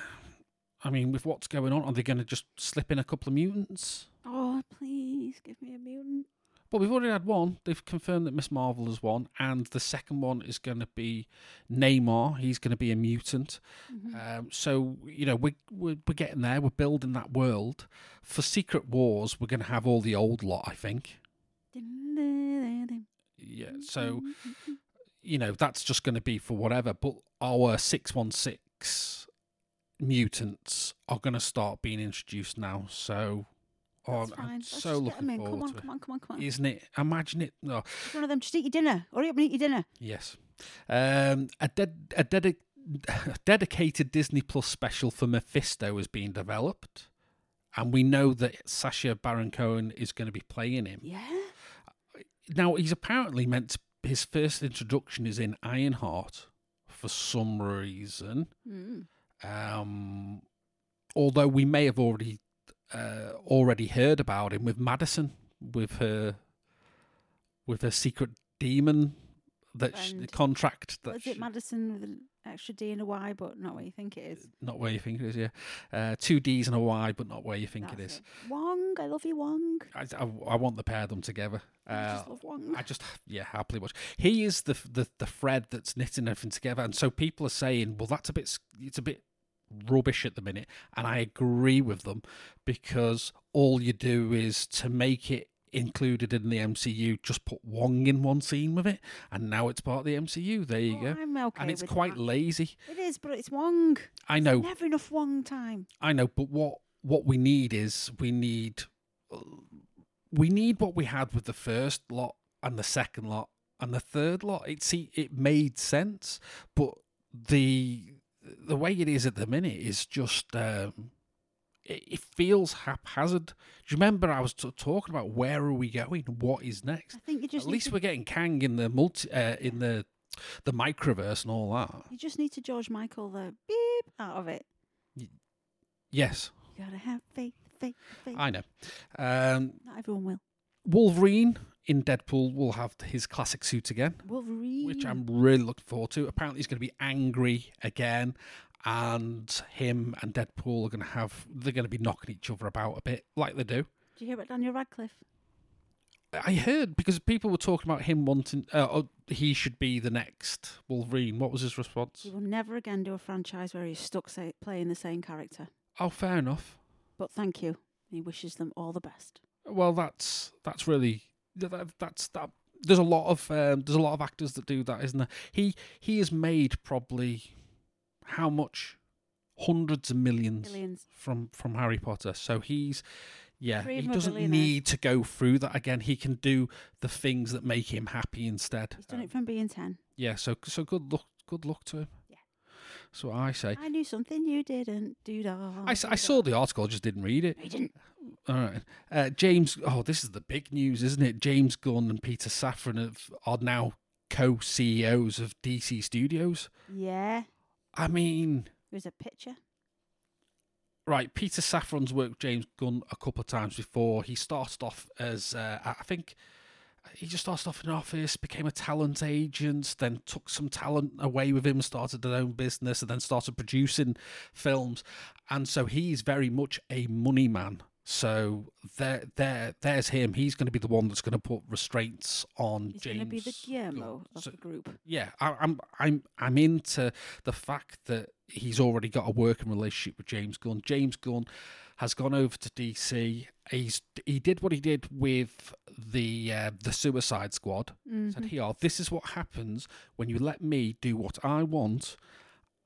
(sighs) I mean, with what's going on, are they going to just slip in a couple of mutants?
Oh, please give me a mutant.
Well, we've already had one. They've confirmed that Miss Marvel is one, and the second one is going to be Neymar. He's going to be a mutant.
Hmm. Mm-hmm.
Um, so you know we're, we're we're getting there. We're building that world for Secret Wars. We're going to have all the old lot, I think. Yeah. So you know that's just going to be for whatever. But our six one six mutants are going to start being introduced now. So oh,
That's
I'm,
fine.
I'm
Let's
so
just get 'em
looking
in.
forward
Come on,
to it.
come on, come on, come on.
Isn't it? Imagine it. No.
It's one of them. Just eat your dinner. Hurry up and eat your dinner.
Yes. Um, a ded- a dedi- a dedicated Disney Plus special for Mephisto is being developed. And we know that Sasha Baron Cohen is going to be playing him.
Yeah.
Now, he's apparently meant to, his first introduction is in Ironheart for some reason.
Mm.
Um, although we may have already uh, already heard about him with Madison, with her with her secret demon that sh-
Friend.
contract that
Is it
she-
Madison with an extra D and a Y, but not what you think it is?
not where you think it is. Yeah, uh, two D's and a Y, but not where you think it
That's
is.
Wong. I love you, Wong.
I, I, I want the pair of them together.
I just
Uh,
love Wong.
I just yeah happily watch. He is the the the thread that's knitting everything together, and so people are saying, well, that's a bit s- it's a bit rubbish at the minute, and I agree with them because all you do is to make it included in the MCU, just put Wong in one scene with it, and now it's part of the MCU. There you
Oh,
go.
I'm okay
and it's
with
quite Oh.
that.
lazy.
It is, but it's Wong.
I know.
Never enough Wong time.
I know, but what what we need is we need we need what we had with the first lot and the second lot and the third lot. It see it made sense, but the the way it is at the minute is just um, it, it feels haphazard. Do you remember I was t- talking about where are we going? What is next?
I think you just
At
need
least
to,
we're getting Kang in the multi uh, in the the microverse and all that.
you just need to George Michael the beep out of it.
Yes,
You gotta have faith, faith, faith.
I know. Um,
Not everyone will.
Wolverine in Deadpool will have his classic suit again,
Wolverine.
which I'm really looking forward to. Apparently, he's going to be angry again, and him and Deadpool are going to have they're going to be knocking each other about a bit, like they do.
Did you hear about Daniel Radcliffe?
I heard because people were talking about him wanting uh, oh, he should be the next Wolverine. What was his response?
He will never again do a franchise where he's stuck say, playing the same character.
Oh, fair enough.
But thank you. He wishes them all the best.
Well, that's that's really th- that, that's that. There's a lot of um, there's a lot of actors that do that, isn't there? He he has made probably how much hundreds of millions
Millions.
from from Harry Potter. So he's yeah,
Three
he
of 'em are
doesn't
billionaires.
need to go through that again. He can do the things that make him happy instead.
He's done
Um,
it from being 10.
yeah, so so good luck good luck to him.
Yeah.
So I say.
I knew something you didn't. do.
I, s- I saw the article, I just didn't read it.
He didn't.
All right. Uh, James, oh, this is the big news, isn't it? James Gunn and Peter Safran have, are now co CEOs of DC Studios.
Yeah.
I mean,
It was a picture.
right, Peter Safran's worked with James Gunn a couple of times before. He started off as, uh, I think, he just started off in an office, became a talent agent, then took some talent away with him, started their own business, and then started producing films. And so he's very much a money man. So there, there, there's him. He's going to be the one that's going to put restraints on
He's
James.
going to be the Guillermo
Gunn.
of
So-
the group.
yeah, I, I'm I'm I'm into the fact that he's already got a working relationship with James Gunn. James Gunn has gone over to DC. He's he did what he did with the uh, the Suicide Squad. Said here, this is what happens when you let me do what I want.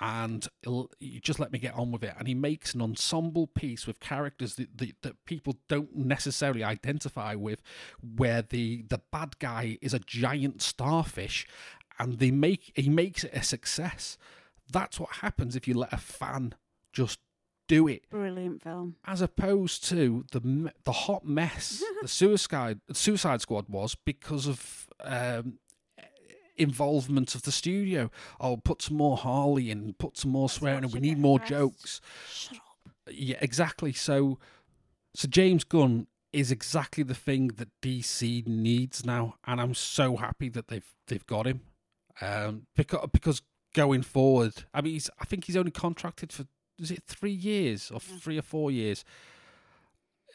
And l- you just let me get on with it. And he makes an ensemble piece with characters that, that, that people don't necessarily identify with, where the the bad guy is a giant starfish, and they make he makes it a success. That's what happens if you let a fan just do it,
Brilliant film.
as opposed to the m- the hot mess the Suicide Suicide Squad was because of um, involvement of the studio. Oh, put some more Harley in, put some more swearing, and we
should
need
get
more
pressed.
jokes.
Shut up.
Yeah, exactly. So, so James Gunn is exactly the thing that DC needs now, and I'm so happy that they've they've got him. Um, because because going forward, I mean, he's, I think he's only contracted for is it three years or
Yeah.
three or four years.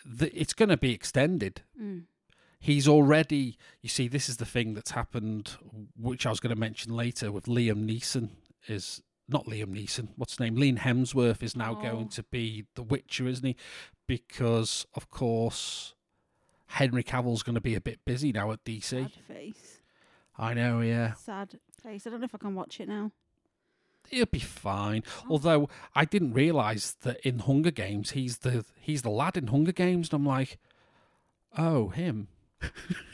The, it's going to be extended
Mm.
he's already you see this is the thing that's happened which i was going to mention later with liam neeson is not liam neeson what's his name liam hemsworth is now
Oh.
going to be the witcher isn't he because of course henry cavill's going to be a bit busy now at dc
Sad face.
i know yeah
Sad face. I don't know if I can watch it now.
it'll be fine although i didn't realize that in hunger games he's the he's the lad in hunger games and i'm like oh him (laughs)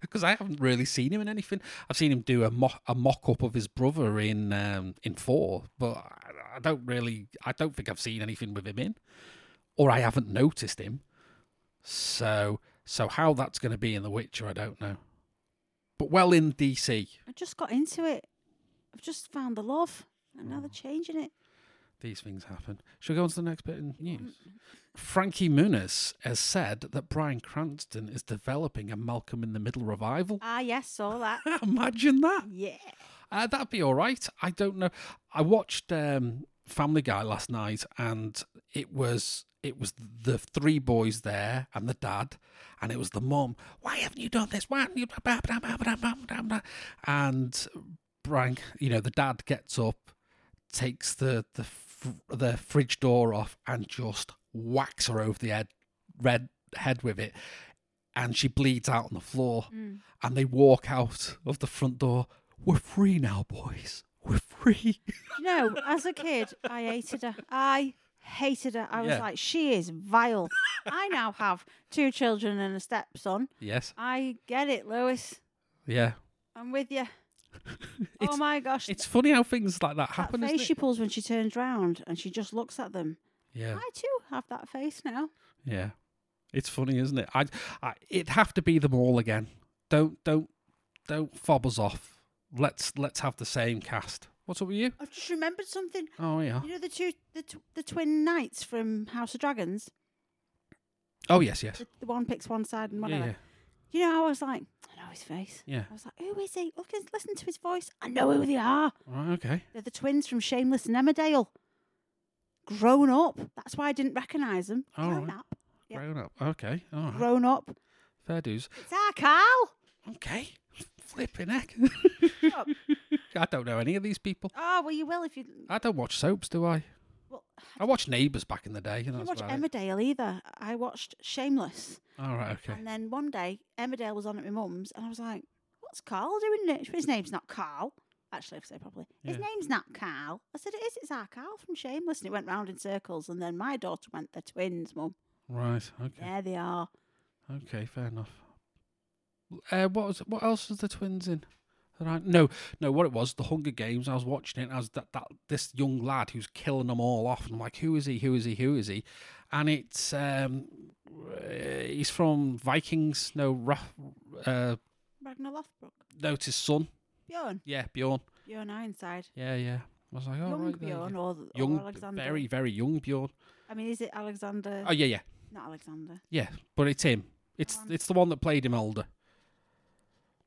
because i haven't really seen him in anything i've seen him do a, mo- a mock-up of his brother in um, in four but I, I don't really i don't think i've seen anything with him in or i haven't noticed him so so how that's going to be in the witcher i don't know but well in dc
I just got into it. I've just found the love. And
Oh.
now they're changing it.
These things happen. Shall we go on to the next bit in news? Frankie Muniz has said that Brian Cranston is developing a Malcolm in the Middle revival.
Ah, yes, saw that.
(laughs)
(laughs)
Imagine that.
yeah.
Uh, that'd be all right. I don't know. I watched um, Family Guy last night, and it was it was the three boys there and the dad, and it was the mum. Why haven't you done this? Why haven't you? blah, blah, blah, blah, blah, blah, blah." And Brian, you know, the dad gets up, takes the the fr- the fridge door off, and just whacks her over the head, red head with it, and she bleeds out on the floor
Mm.
and they walk out of the front door. We're free now, boys. We're free.
You know, as a kid, I hated her. I hated her. I was
Yeah.
like, she is vile. I now have two children and a stepson.
Yes.
I get it, Lewis.
Yeah.
I'm
(laughs)
with you. oh
It's-
my gosh.
It's funny how things like that happen.
that
Isn't
face she
it?
pulls when she turns round and she just looks at them.
Yeah.
I too have that face now.
Yeah. It's funny, isn't it? I, I, it'd have to be them all again. Don't, don't, don't fob us off. Let's, let's have the same cast. What's up with you?
I've just remembered something.
Oh yeah.
You know the two, the, tw- the twin knights from House of Dragons.
Oh yes, yes.
The, the one picks one side and whatever.
Yeah, yeah.
You know, I was like, I know his face.
Yeah.
I was like, who is he? Look, and listen to his voice. I know who they are.
Right, okay.
They're the twins from Shameless and Emmerdale. Grown up. That's why I didn't recognise them.
All
Grown
right.
up. Yeah.
Grown up. Okay. All right.
Grown up.
Fair dues.
It's our Carl.
Okay. (laughs) Flipping heck. (laughs)
Up.
I don't know any of these people.
Oh, well, you will if you.
I don't watch soaps, do I?
Well,
I watched Neighbours back in the day. And
I didn't
that's
watch
about it.
Emmerdale either. I watched Shameless.
All right, okay.
And then one day, Emmerdale was on at my mum's, and I was like, what's Carl doing next? His name's not Carl. Actually, I say properly. His
Yeah.
name's not Carl. I said, it is. It's our Carl from Shameless. And it went round in circles. And then my daughter went, they're twins, mum.
Right, okay.
There they are.
Okay, fair enough. Uh, what was what else was the twins in? Right. No, no. What it was, the Hunger Games. I was watching it. And I was that, that this young lad who's killing them all off, and I'm like, who is he? Who is he? Who is he? And it's um, uh, he's from Vikings. No, Ra- uh,
Ragnar Lothbrok.
no, it's his son.
Bjorn.
Yeah, Bjorn.
Bjorn Ironside.
Yeah, yeah. I was like, oh,
young
right, there you
Bjorn
go.
or, th- or
young,
Alexander.
very, very young Bjorn.
I mean, is it Alexander?
Oh yeah, yeah,
Not Alexander.
yeah. But it's him. It's
Um,
it's the one that played him older.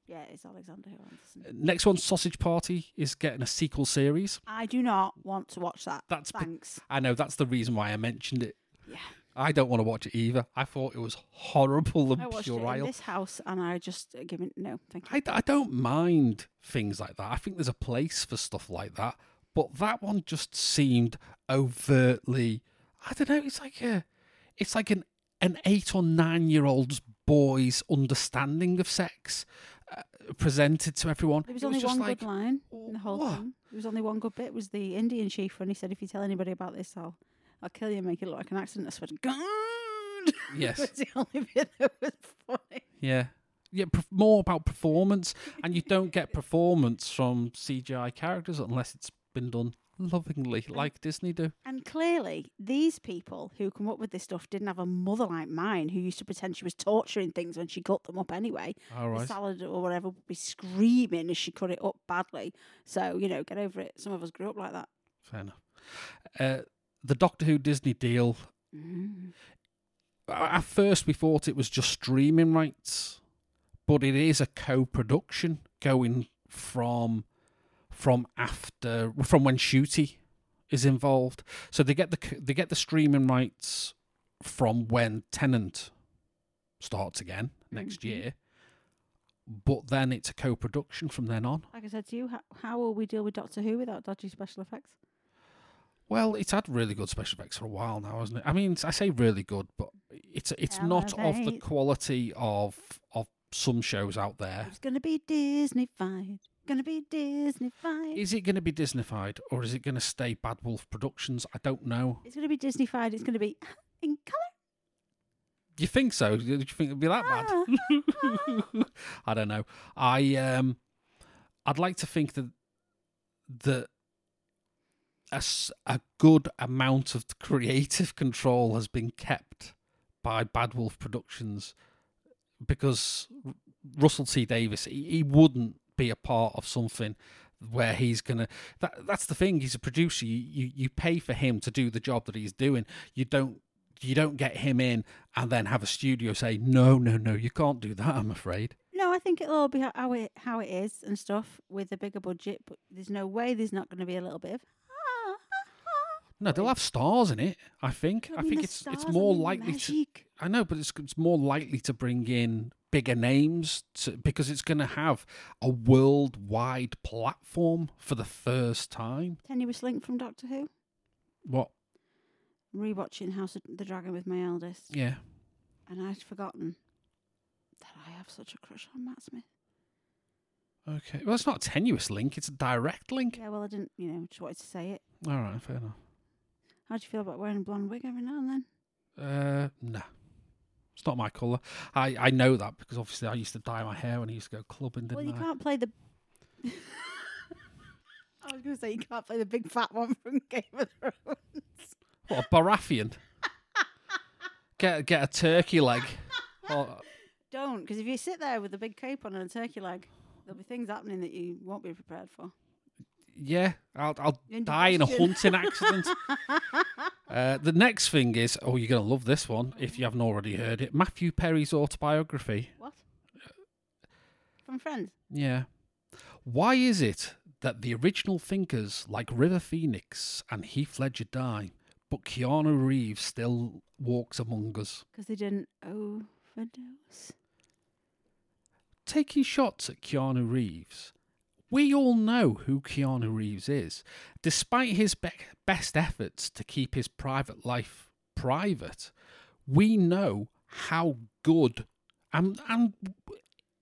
Yeah, it's Alexander who answers. me.
Next one, Sausage Party is getting a sequel series.
I do not want to watch that.
That's p-
Thanks.
I know that's the reason why I mentioned it.
Yeah.
I don't want to watch it either. I thought it was horrible
I
and
watched it in
puerile.
this house and I just uh, give it no, thank you.
I, d- I don't mind things like that. I think there's a place for stuff like that. But that one just seemed overtly. I don't know. It's like a, it's like an an eight or nine year old's boy's understanding of sex uh, presented to everyone.
There was
It
only
just
one
like,
good line in the whole
"What?"
thing. There was only one good bit. Was the Indian chief when he said, "If you tell anybody about this, I'll, I'll kill you and make it look like an accident." I swear to God. (laughs)
Yes.
was the only bit that was funny.
Yeah. Yeah, perf- more about performance, and you don't get performance from CGI characters unless it's been done lovingly, like Disney do.
And clearly, these people who come up with this stuff didn't have a mother like mine who used to pretend she was torturing things when she cut them up anyway.
All
The
right.
salad or whatever would be screaming as she cut it up badly. So, you know, get over it. Some of us grew up like that.
Fair enough. Uh, the Doctor Who Disney deal.
Mm.
a- At first, we thought it was just streaming rights, but it is a co-production going from from after from when Shooty is involved. So they get the c- they get the streaming rights from when Tenant starts again next
Mhm.
year, but then it's a co-production from then on.
Like I said to you, how, how will we deal with Doctor Who without dodgy special effects?
Well, it's had really good special effects for a while now, hasn't it? I mean, I say really good, but it's it's not of the
Elevate.
quality of of some shows out there.
It's going to be Disney fight. Going to be Disney fight.
Is it going to be Disneyfied or is it going to stay Bad Wolf Productions? I don't know.
it's going to be Disney fight. It's going to be (gasps) in colour.
Do you think so? Do you think it'd be that bad? (laughs) I don't know. I um, I'd like to think that that a, s- a good amount of creative control has been kept by Bad Wolf Productions because R- Russell T Davis he, he wouldn't be a part of something where he's gonna that that's the thing he's a producer you, you you pay for him to do the job that he's doing you don't you don't get him in and then have a studio say no no no you can't do that i'm afraid
No, I think it'll all be ho- how it how it is and stuff with a bigger budget. But there's no way there's not going to be a little bit of. "Ah, ah, ah."
no they'll have stars in it i think
But
i
mean,
think
the
it's
stars,
it's
I
more
mean,
likely to
magic.
i know but it's it's more likely to bring in bigger names to, because it's going to have a worldwide platform for the first time
Tenuous link from Doctor Who.
what
I'm rewatching House of the Dragon with my eldest,
yeah
and I'd forgotten that I have such a crush on Matt Smith.
okay well it's not a tenuous link it's a direct link
Yeah, well, I didn't, you know, just wanted to say it.
all right fair enough
How do you feel about wearing a blonde wig every now and then?
Uh, no. It's not my colour. I, I know that because obviously I used to dye my hair when I used to go clubbing, didn't
well, you
I?
can't play the. (laughs) I was going to say you can't play the big fat one from Game of Thrones.
What, a Baratheon? get, get a turkey
(laughs)
leg. Or-
Don't, because if you sit there with a big cape on and a turkey leg, there'll be things happening that you won't be prepared for.
yeah, I'll, I'll
Indigestion.
die in a hunting
(laughs)
accident. uh, the next thing is, oh, you're going to love this one if you haven't already heard it. Matthew Perry's autobiography
What? and Friends.
Yeah. Why is it that the original thinkers like River Phoenix and Heath Ledger die, but Keanu Reeves still walks among us,
Because they didn't overdose.
taking shots at Keanu Reeves? We all know who Keanu Reeves is. Despite his be- best efforts to keep his private life private, we know how good and and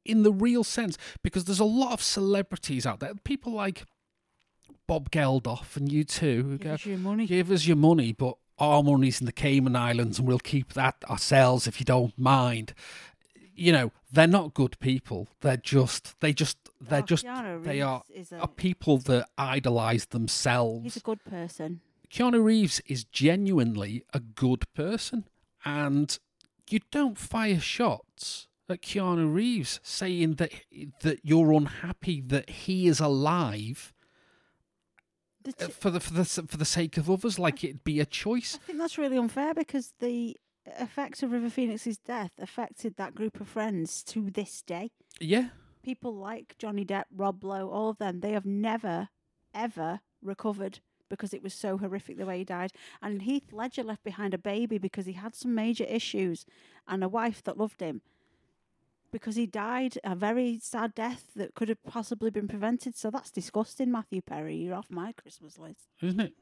in the real sense because there's a lot of celebrities out there, people like Bob Geldof and you too who
Give
go,
us your money.
Give us your money, but our money's in the Cayman Islands and we'll keep that ourselves if you don't mind. You know, they're not good people. They're just, they just, they're
Oh,
just,
Keanu
they are,
Reeves is
are
a-
people that idolize
He's
themselves.
a good person.
Keanu Reeves is genuinely a good person. And you don't fire shots at Keanu Reeves saying that, that you're unhappy that he is alive
The
uh,
ch-
for the, for the, for the sake of others, like it'd be a choice.
I think that's really unfair because the effects of River Phoenix's death affected that group of friends to this day.
Yeah,
People like Johnny Depp, Rob Lowe, all of them, they have never, ever recovered because it was so horrific the way he died. And Heath Ledger left behind a baby because he had some major issues and a wife that loved him. Because he died a very sad death that could have possibly been prevented. So that's disgusting, Matthew Perry. You're off my Christmas list.
isn't it?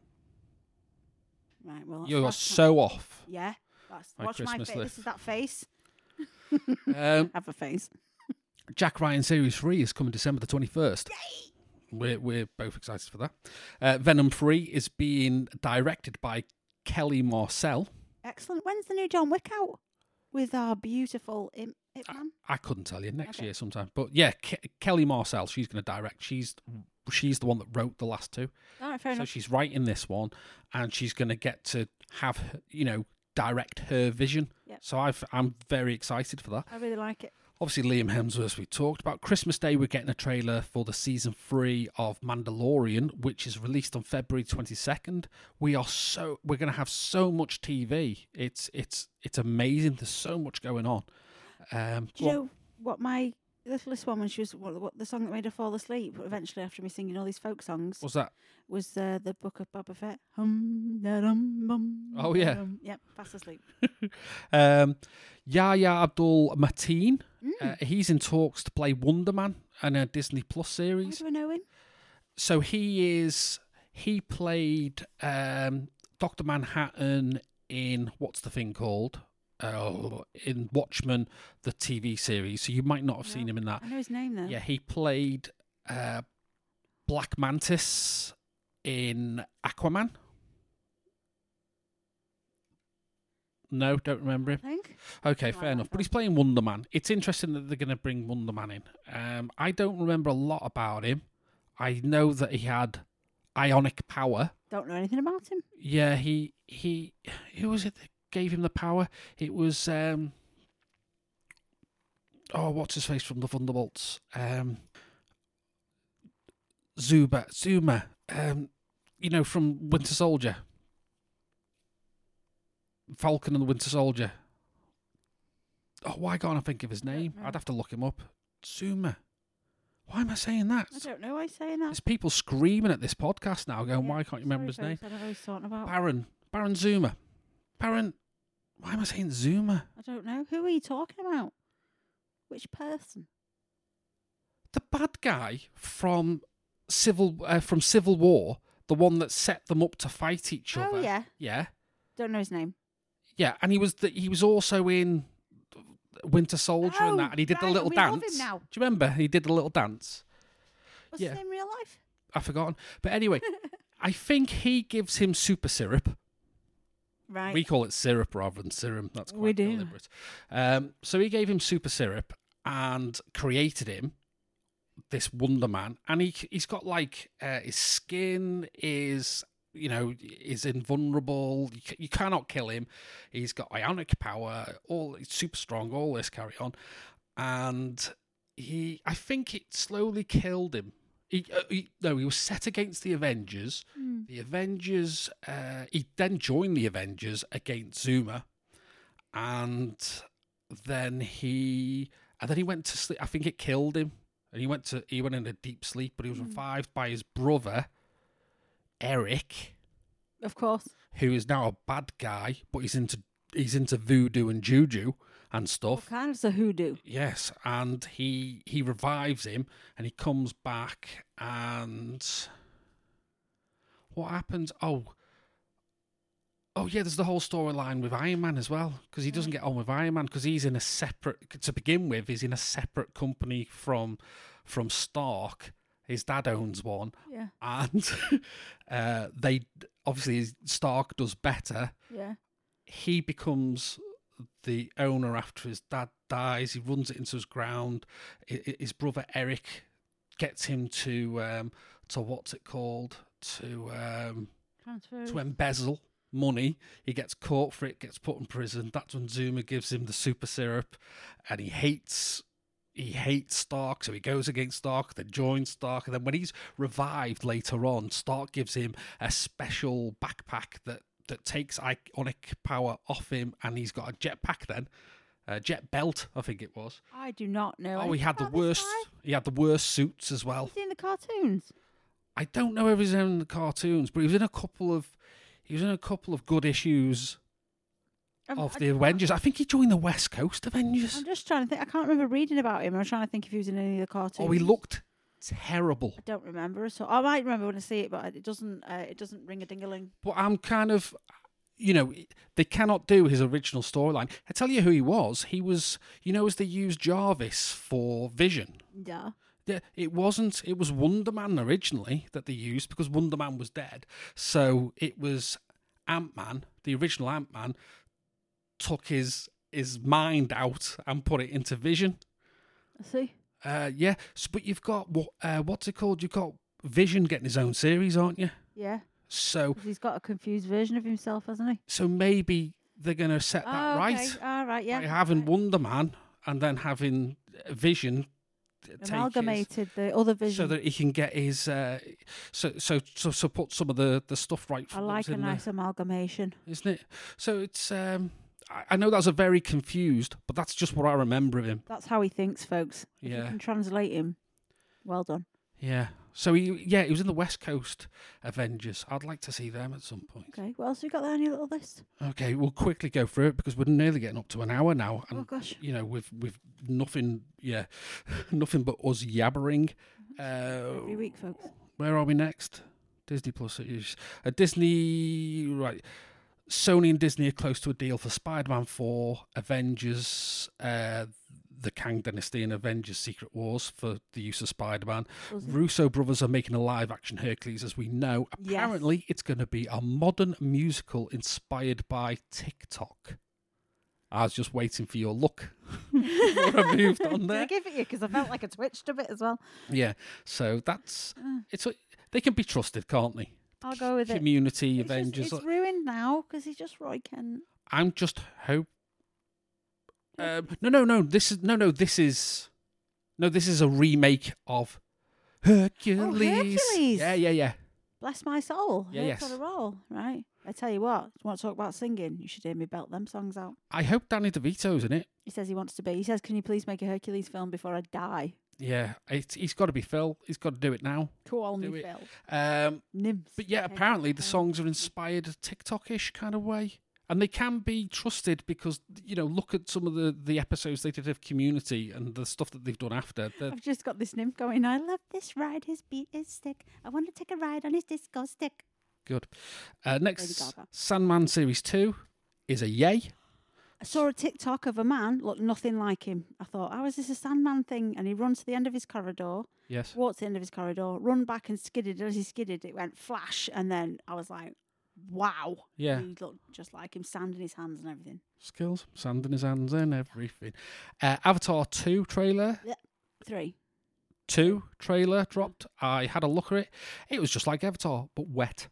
Right, well, that's
You're
last time.
so off.
Yeah. That's,
My
watch
Christmas
my face.
list.
This is that face.
Um,
Have a face.
Jack Ryan Series 3 is coming December the 21st. We're, we're both excited for that. Uh, Venom 3 is being directed by Kelly Marcel.
Excellent. When's the new John Wick out? With our beautiful Im- Ip Man?
I couldn't tell you next
Okay.
year sometime, but yeah, Ke- Kelly Marcel. She's going to direct. She's she's the one that wrote the last two,
All right, fair
so
enough.
she's writing this one, and she's going to get to have her- you know direct her vision.
Yep.
So I've, I'm very excited for that.
I really like it.
Obviously, Liam Hemsworth, we talked about. Christmas Day, we're getting a trailer for the season three of Mandalorian, which is released on February 22nd. We are so we're going to have so much TV. It's it's it's amazing. There's so much going on. Um,
Do you
well,
know what my littlest one when she was what, what the song that made her fall asleep eventually after me singing all these folk songs
what's that?
was uh, the book of Boba Fett. Hum, da-dum, bum,
Oh, yeah.
da-dum. Yep, fast asleep.
Um, Yahya Abdul Mateen,
Mm.
uh, he's in talks to play Wonder Man in a Disney Plus
Why
series.
do I know him?
so he is he played um Doctor Manhattan in what's the thing called? Oh, in Watchmen, the TV series. So you might not have seen
No.
him in that.
I know his name though.
Ah. Yeah, he played uh, Black Mantis in Aquaman. No, don't remember him.
I think.
Okay,
Something
fair
like
enough.
that,
But
yeah.
he's playing Wonder Man. It's interesting that they're going to bring Wonder Man in. Um, I don't remember a lot about him. I know that he had ionic power.
Don't know anything about him.
Yeah, he he. Who was it that gave him the power? It was um. Oh, what's his face from the Thunderbolts? Um, Zuba Zuma. Um, you know from Winter Soldier. Falcon and the Winter Soldier. Oh, why can't I think of his
don't
name?
know.
I'd have to look him up. Zuma. Why am I saying that?
I don't know why he's saying that.
There's people screaming at this podcast now, going,
Yeah,
"Why can't you remember his
sorry,
name?"
folks, I don't know what he's talking about.
Oh. Baron. Baron Zuma. Baron. Why am I saying Zuma?
I don't know. Who are you talking about? Which person?
The bad guy from Civil uh, from Civil War, the one that set them up to fight each
Oh,
other.
yeah.
Yeah.
Don't know his name.
Yeah, and he was the, he was also in Winter Soldier and
Oh,
that, and he did the
right,
little
we
dance.
love him now.
Do you remember? He did the little dance.
What's
Yeah.
his name in real life?
I've forgotten. But
(laughs)
anyway, I think he gives him super syrup.
Right.
We call it syrup rather than serum. That's quite
We do.
deliberate. Um, so he gave him super syrup and created him this Wonder Man, and he he's got like uh, his skin is you know is invulnerable. You, ca- you cannot kill him. He's got ionic power. All he's super strong. All this carry on, and he I think it slowly killed him. He, uh, he, no, he was set against the Avengers.
Hmm.
The Avengers. Uh, he then joined the Avengers against Zuma, and then he and then he went to sleep. I think it killed him. and he went to he went into deep sleep, but he was
Mm.
revived by his brother Eric,
Of course.
who is now a bad guy, but he's into he's into voodoo and juju and
What
stuff.
kind of a hoodoo?
Yes, and he he revives him, and he comes back, and what happens? Oh, oh yeah, there's the whole storyline with Iron Man as well, because he doesn't get on with Iron Man because he's in a separate to begin with. He's in a separate company from from Stark. His dad owns one,
Yeah,
and (laughs) uh, they obviously Stark does better,
yeah.
he becomes the owner after his dad dies. He runs it into his ground. I- I- His brother Eric gets him to um, to what's it called to um,
Transfer.
to embezzle money. He gets caught for it, gets put in prison. That's when Zuma gives him the super syrup, and he hates he hates Stark, so he goes against Stark, then joins Stark, and then when he's revived later on, Stark gives him a special backpack that that takes ionic power off him, and he's got a jetpack then. A jet belt, I think it was.
I do not know.
oh, he had the worst. He had the worst suits as well.
in the cartoons.
I don't know if he's in the cartoons, but he was in a couple of he was in a couple of good issues
Um,
of
I-
the Avengers. I think he joined the West Coast Avengers.
I'm just trying to think. I can't remember reading about him. I'm trying to think if he was in any of the cartoons.
Oh, he looked terrible.
I don't remember. So I might remember when I see it, but it doesn't. Uh, it doesn't ring a dingling.
But I'm kind of, you know, they cannot do his original storyline. I tell you who he was. He was, you know, as they used Jarvis for Vision.
Yeah.
Yeah, It wasn't. It was Wonder Man originally that they used because Wonder Man was dead. So it was Ant Man, the original Ant Man, took his his mind out and put it into Vision.
I see.
Uh, yeah. So, but you've got what? Uh, what's it called? You've got Vision getting his own series, aren't you?
Yeah.
So,
'cause he's got a confused version of himself, hasn't he?
so maybe they're gonna set that
oh,
right
Okay. All right. Yeah.
by having
right.
Wonder Man and then having Vision take his-
amalgamated the other vision.
so that he can get his uh, so so so so put some of the the stuff right.
I
that was
like a
in there,
nice amalgamation.
isn't it? So it's um, I, I know that was a very confused, but that's just what I remember of him.
That's how he thinks, folks. If you
Yeah.
can translate him. Well done.
Yeah. So he yeah he was in the West Coast Avengers. I'd like to see them at some point.
Okay. What else have you got there on your little list?
Okay, we'll quickly go through it because we're nearly getting up to an hour now, and
oh gosh.
you know with with nothing yeah (laughs) nothing but us yabbering. Uh,
Every week, folks.
where are we next? Disney Plus. it is- Uh, Disney, right. Sony and Disney are close to a deal for Spider Man 4, Avengers, uh, The Kang Dynasty, and Avengers Secret Wars for the use of Spider Man.
Does it?
Russo brothers are making a live action Hercules, as we know.
Yes.
Apparently, it's going to be a modern musical inspired by TikTok. I was just waiting for your look. (laughs) I
(laughs)
moved on
Did I
there.
give it you? Because I felt like I twitched a bit as well.
Yeah, so that's
Uh,
it's. A, they can be trusted, can't they?
I'll go with Oh, it.
Community
It's, just,
Avengers.
it's ruined now because he's just um, Roy Kent.
I'm just hope. Um, no, no, no. This is no, no. This is no. This is a remake of Hercules.
Oh, Hercules.
Yeah, yeah, yeah.
Bless my soul.
Yeah,
He's
yes.
on a roll, right? I tell you what. You want to talk about singing? You should hear me belt them songs out.
I hope Danny DeVito's in it.
He says he wants to be. He says, "Can you please make a Hercules film before I die?"
Yeah, it's, he's got to be Phil. He's got to do it now.
Call
Do
me
it.
Phil.
Um,
Nymphs.
but yeah,
take
apparently the
care.
songs are inspired TikTok-ish kind of way, and they can be trusted because you know look at some of the the episodes they did of Community and the stuff that they've done after.
(laughs)
They're-
I've just got this nymph going. I love this ride. His beat is stick. I want to take a ride on his disco stick.
Good. Uh, next,
Gaga.
Sandman series two is a yay.
I saw a TikTok of a man looked nothing like him. I thought, how is this a Sandman thing? And he runs to the end of his corridor,
Yes.
walked to the end of his corridor, run back and skidded. And as he skidded, it went flash. And then I was like, wow.
Yeah.
He looked just like him, sand in his hands and everything.
Skills, sand in his hands and everything. Uh, Avatar two trailer,
Three.
two trailer dropped. I had a look at it. It was just like Avatar but wet.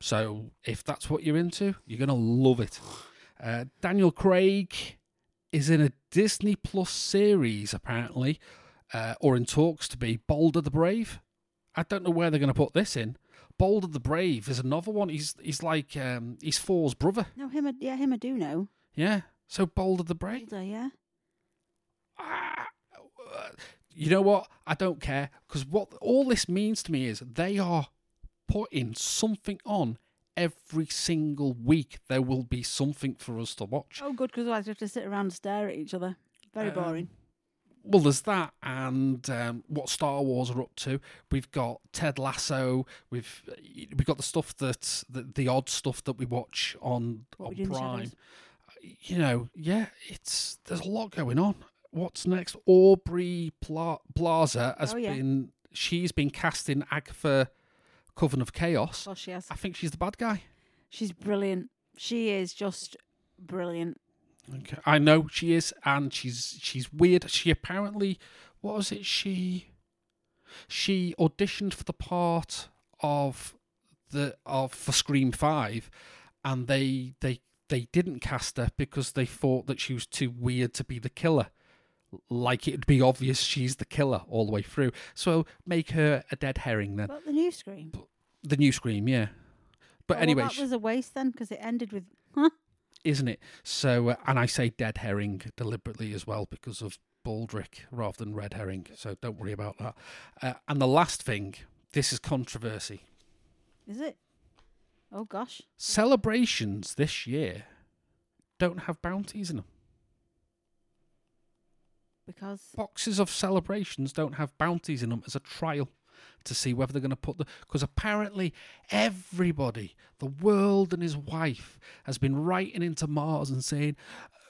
So if that's what you're into, you're gonna love it. Uh, Daniel Craig is in a Disney Plus series apparently, uh, or in talks to be Boulder the Brave. I don't know where they're gonna put this in. Boulder the Brave is another one. He's he's like um, he's Four's brother.
No, him, I, yeah, him I do know.
Yeah. So Boulder the Brave.
Older, yeah.
Ah, you know what? I don't care because what all this means to me is they are putting something on every single week. There will be something for us to watch.
Oh, good, because otherwise we have to sit around and stare at each other. Very
Um,
boring.
Well, there's that, and um, what Star Wars are up to. We've got Ted Lasso. We've uh, we've got the stuff that the, the odd stuff that we watch on
What we do
on
in the
Prime. Uh,
shadows.
You know, yeah, it's there's a lot going on. What's next? Aubrey Pla- Plaza has
Oh, yeah.
been she's been cast in Agatha Coven of Chaos.
Well, she has.
I think she's the bad guy.
She's brilliant. She is just brilliant.
Okay. I know she is, and she's she's weird. She apparently, what was it? She she auditioned for the part of the of for Scream Five, and they they they didn't cast her because they thought that she was too weird to be the killer. Like it'd be obvious she's the killer all the way through. So make her a dead herring then.
But the new scream.
The new Scream, yeah. But
Oh, well,
anyway,
that
she-
was a waste then, because it ended with, huh?
isn't it? So, uh, and I say dead herring deliberately as well because of Baldric rather than red herring. So don't worry about that. Uh, and the last thing, this is controversy.
Is it? Oh gosh.
Celebrations this year don't have bounties in them.
Because
Boxes of celebrations don't have bounties in them as a trial to see whether they're going to put the. Because apparently everybody, the world and his wife, has been writing into Mars and saying,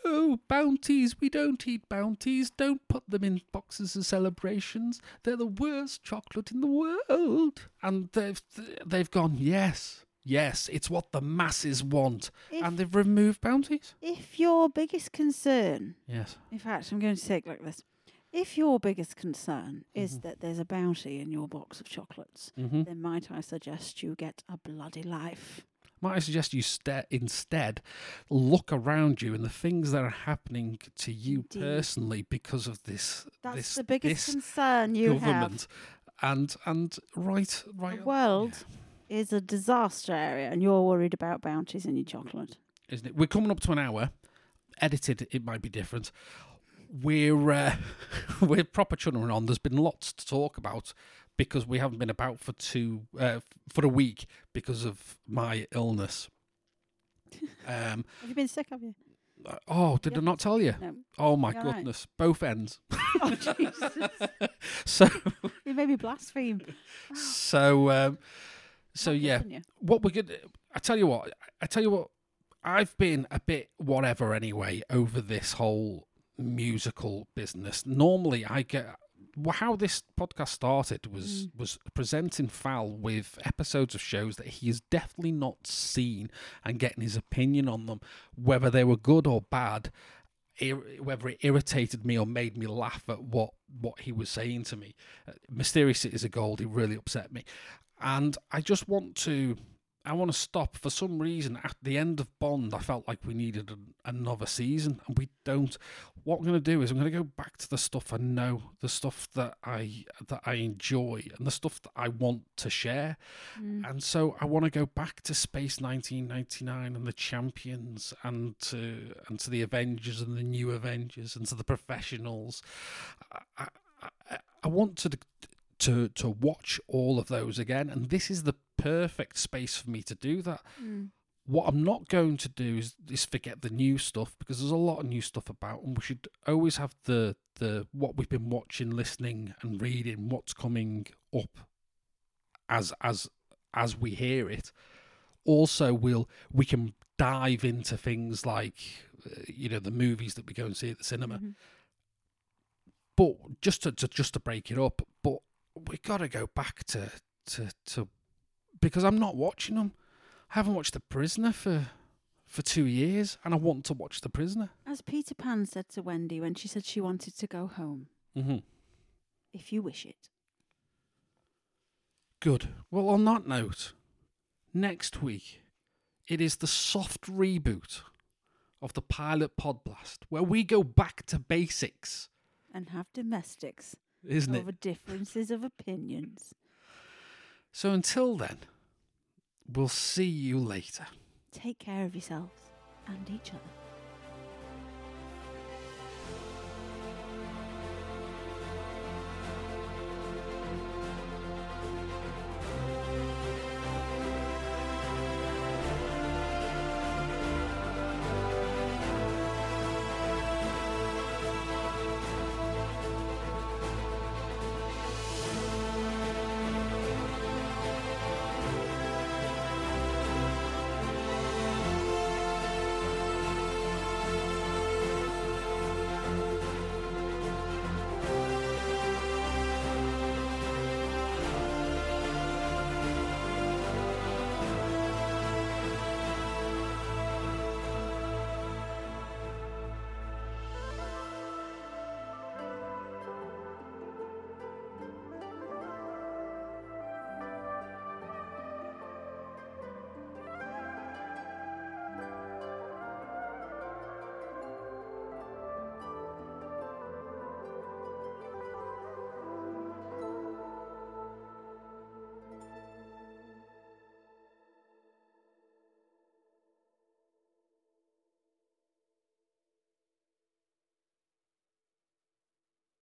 Oh, bounties, we don't eat bounties. Don't put them in boxes of celebrations. They're the worst chocolate in the world. And they've, they've gone, Yes, yes, it's what the masses want.
If-
and they've removed bounties.
if your biggest concern
Yes.
In fact, I'm going to take it like this. If your biggest concern is
Mm-hmm.
that there's a bounty in your box of chocolates,
Mhm.
then might I suggest you get a bloody life?
Might I suggest you sta instead look around you and the things that are happening to you
Indeed.
personally because of this
That's
this,
the biggest
this
concern you
government and and right
have.
right
The world is a disaster area, and you're worried about bounties in your chocolate.
isn't it? We're coming up to an hour. Edited, it might be different. We're uh, (laughs) we're proper chunnering on. There's been lots to talk about because we haven't been about for two uh, for a week because of my
(laughs)
illness. Um.
Have you been sick? Have you?
Oh, did I
Yeah.
not tell you?
No. (laughs)
Oh my
You're right.
goodness, both ends. (laughs)
Oh Jesus!
So
You made me blaspheme.
so um, so
Not
Uh, yeah.
good, didn't you?
What we're gonna I tell you what. I tell you what. I've been a bit whatever anyway over this whole musical business. Normally, I get well, how this podcast started was was presenting Fal with episodes of shows that he has definitely not seen and getting his opinion on them, whether they were good or bad, ir- whether it irritated me or made me laugh at what what he was saying to me. Uh, Mysterious Cities of Gold, he really upset me, and I just want to. I want to stop. For some reason, at the end of Bond, I felt like we needed an, another season, and we don't. What I'm going to do is I'm going to go back to the stuff I know, the stuff that I that I enjoy, and the stuff that I want to share. And so I want to go back to Space 1999 and the Champions, and to and to the Avengers and the New Avengers, and to the Professionals. I, I, I- I want to to to watch all of those again, and this is the perfect space for me to do that.
Mm-hmm.
What I'm not going to do is, is forget the new stuff because there's a lot of new stuff about, and we should always have the the what we've been watching, listening, and reading, what's coming up as as as we hear it. Also, we'll we can dive into things like uh, you know the movies that we go and see at the cinema
Mhm.
but just to, to just to break it up, but we got to go back to to to because I'm not watching them. I haven't watched The Prisoner for for two years, and I want to watch The Prisoner.
As Peter Pan said to Wendy when she said she wanted to go home,
Mm-hmm.
if you wish it.
Good. Well, on that note, next week it is the soft reboot of the pilot podblast where we go back to basics,
and have domestics
isn't it?
over differences of opinions.
So until then, we'll see you later.
Take care of yourselves and each other.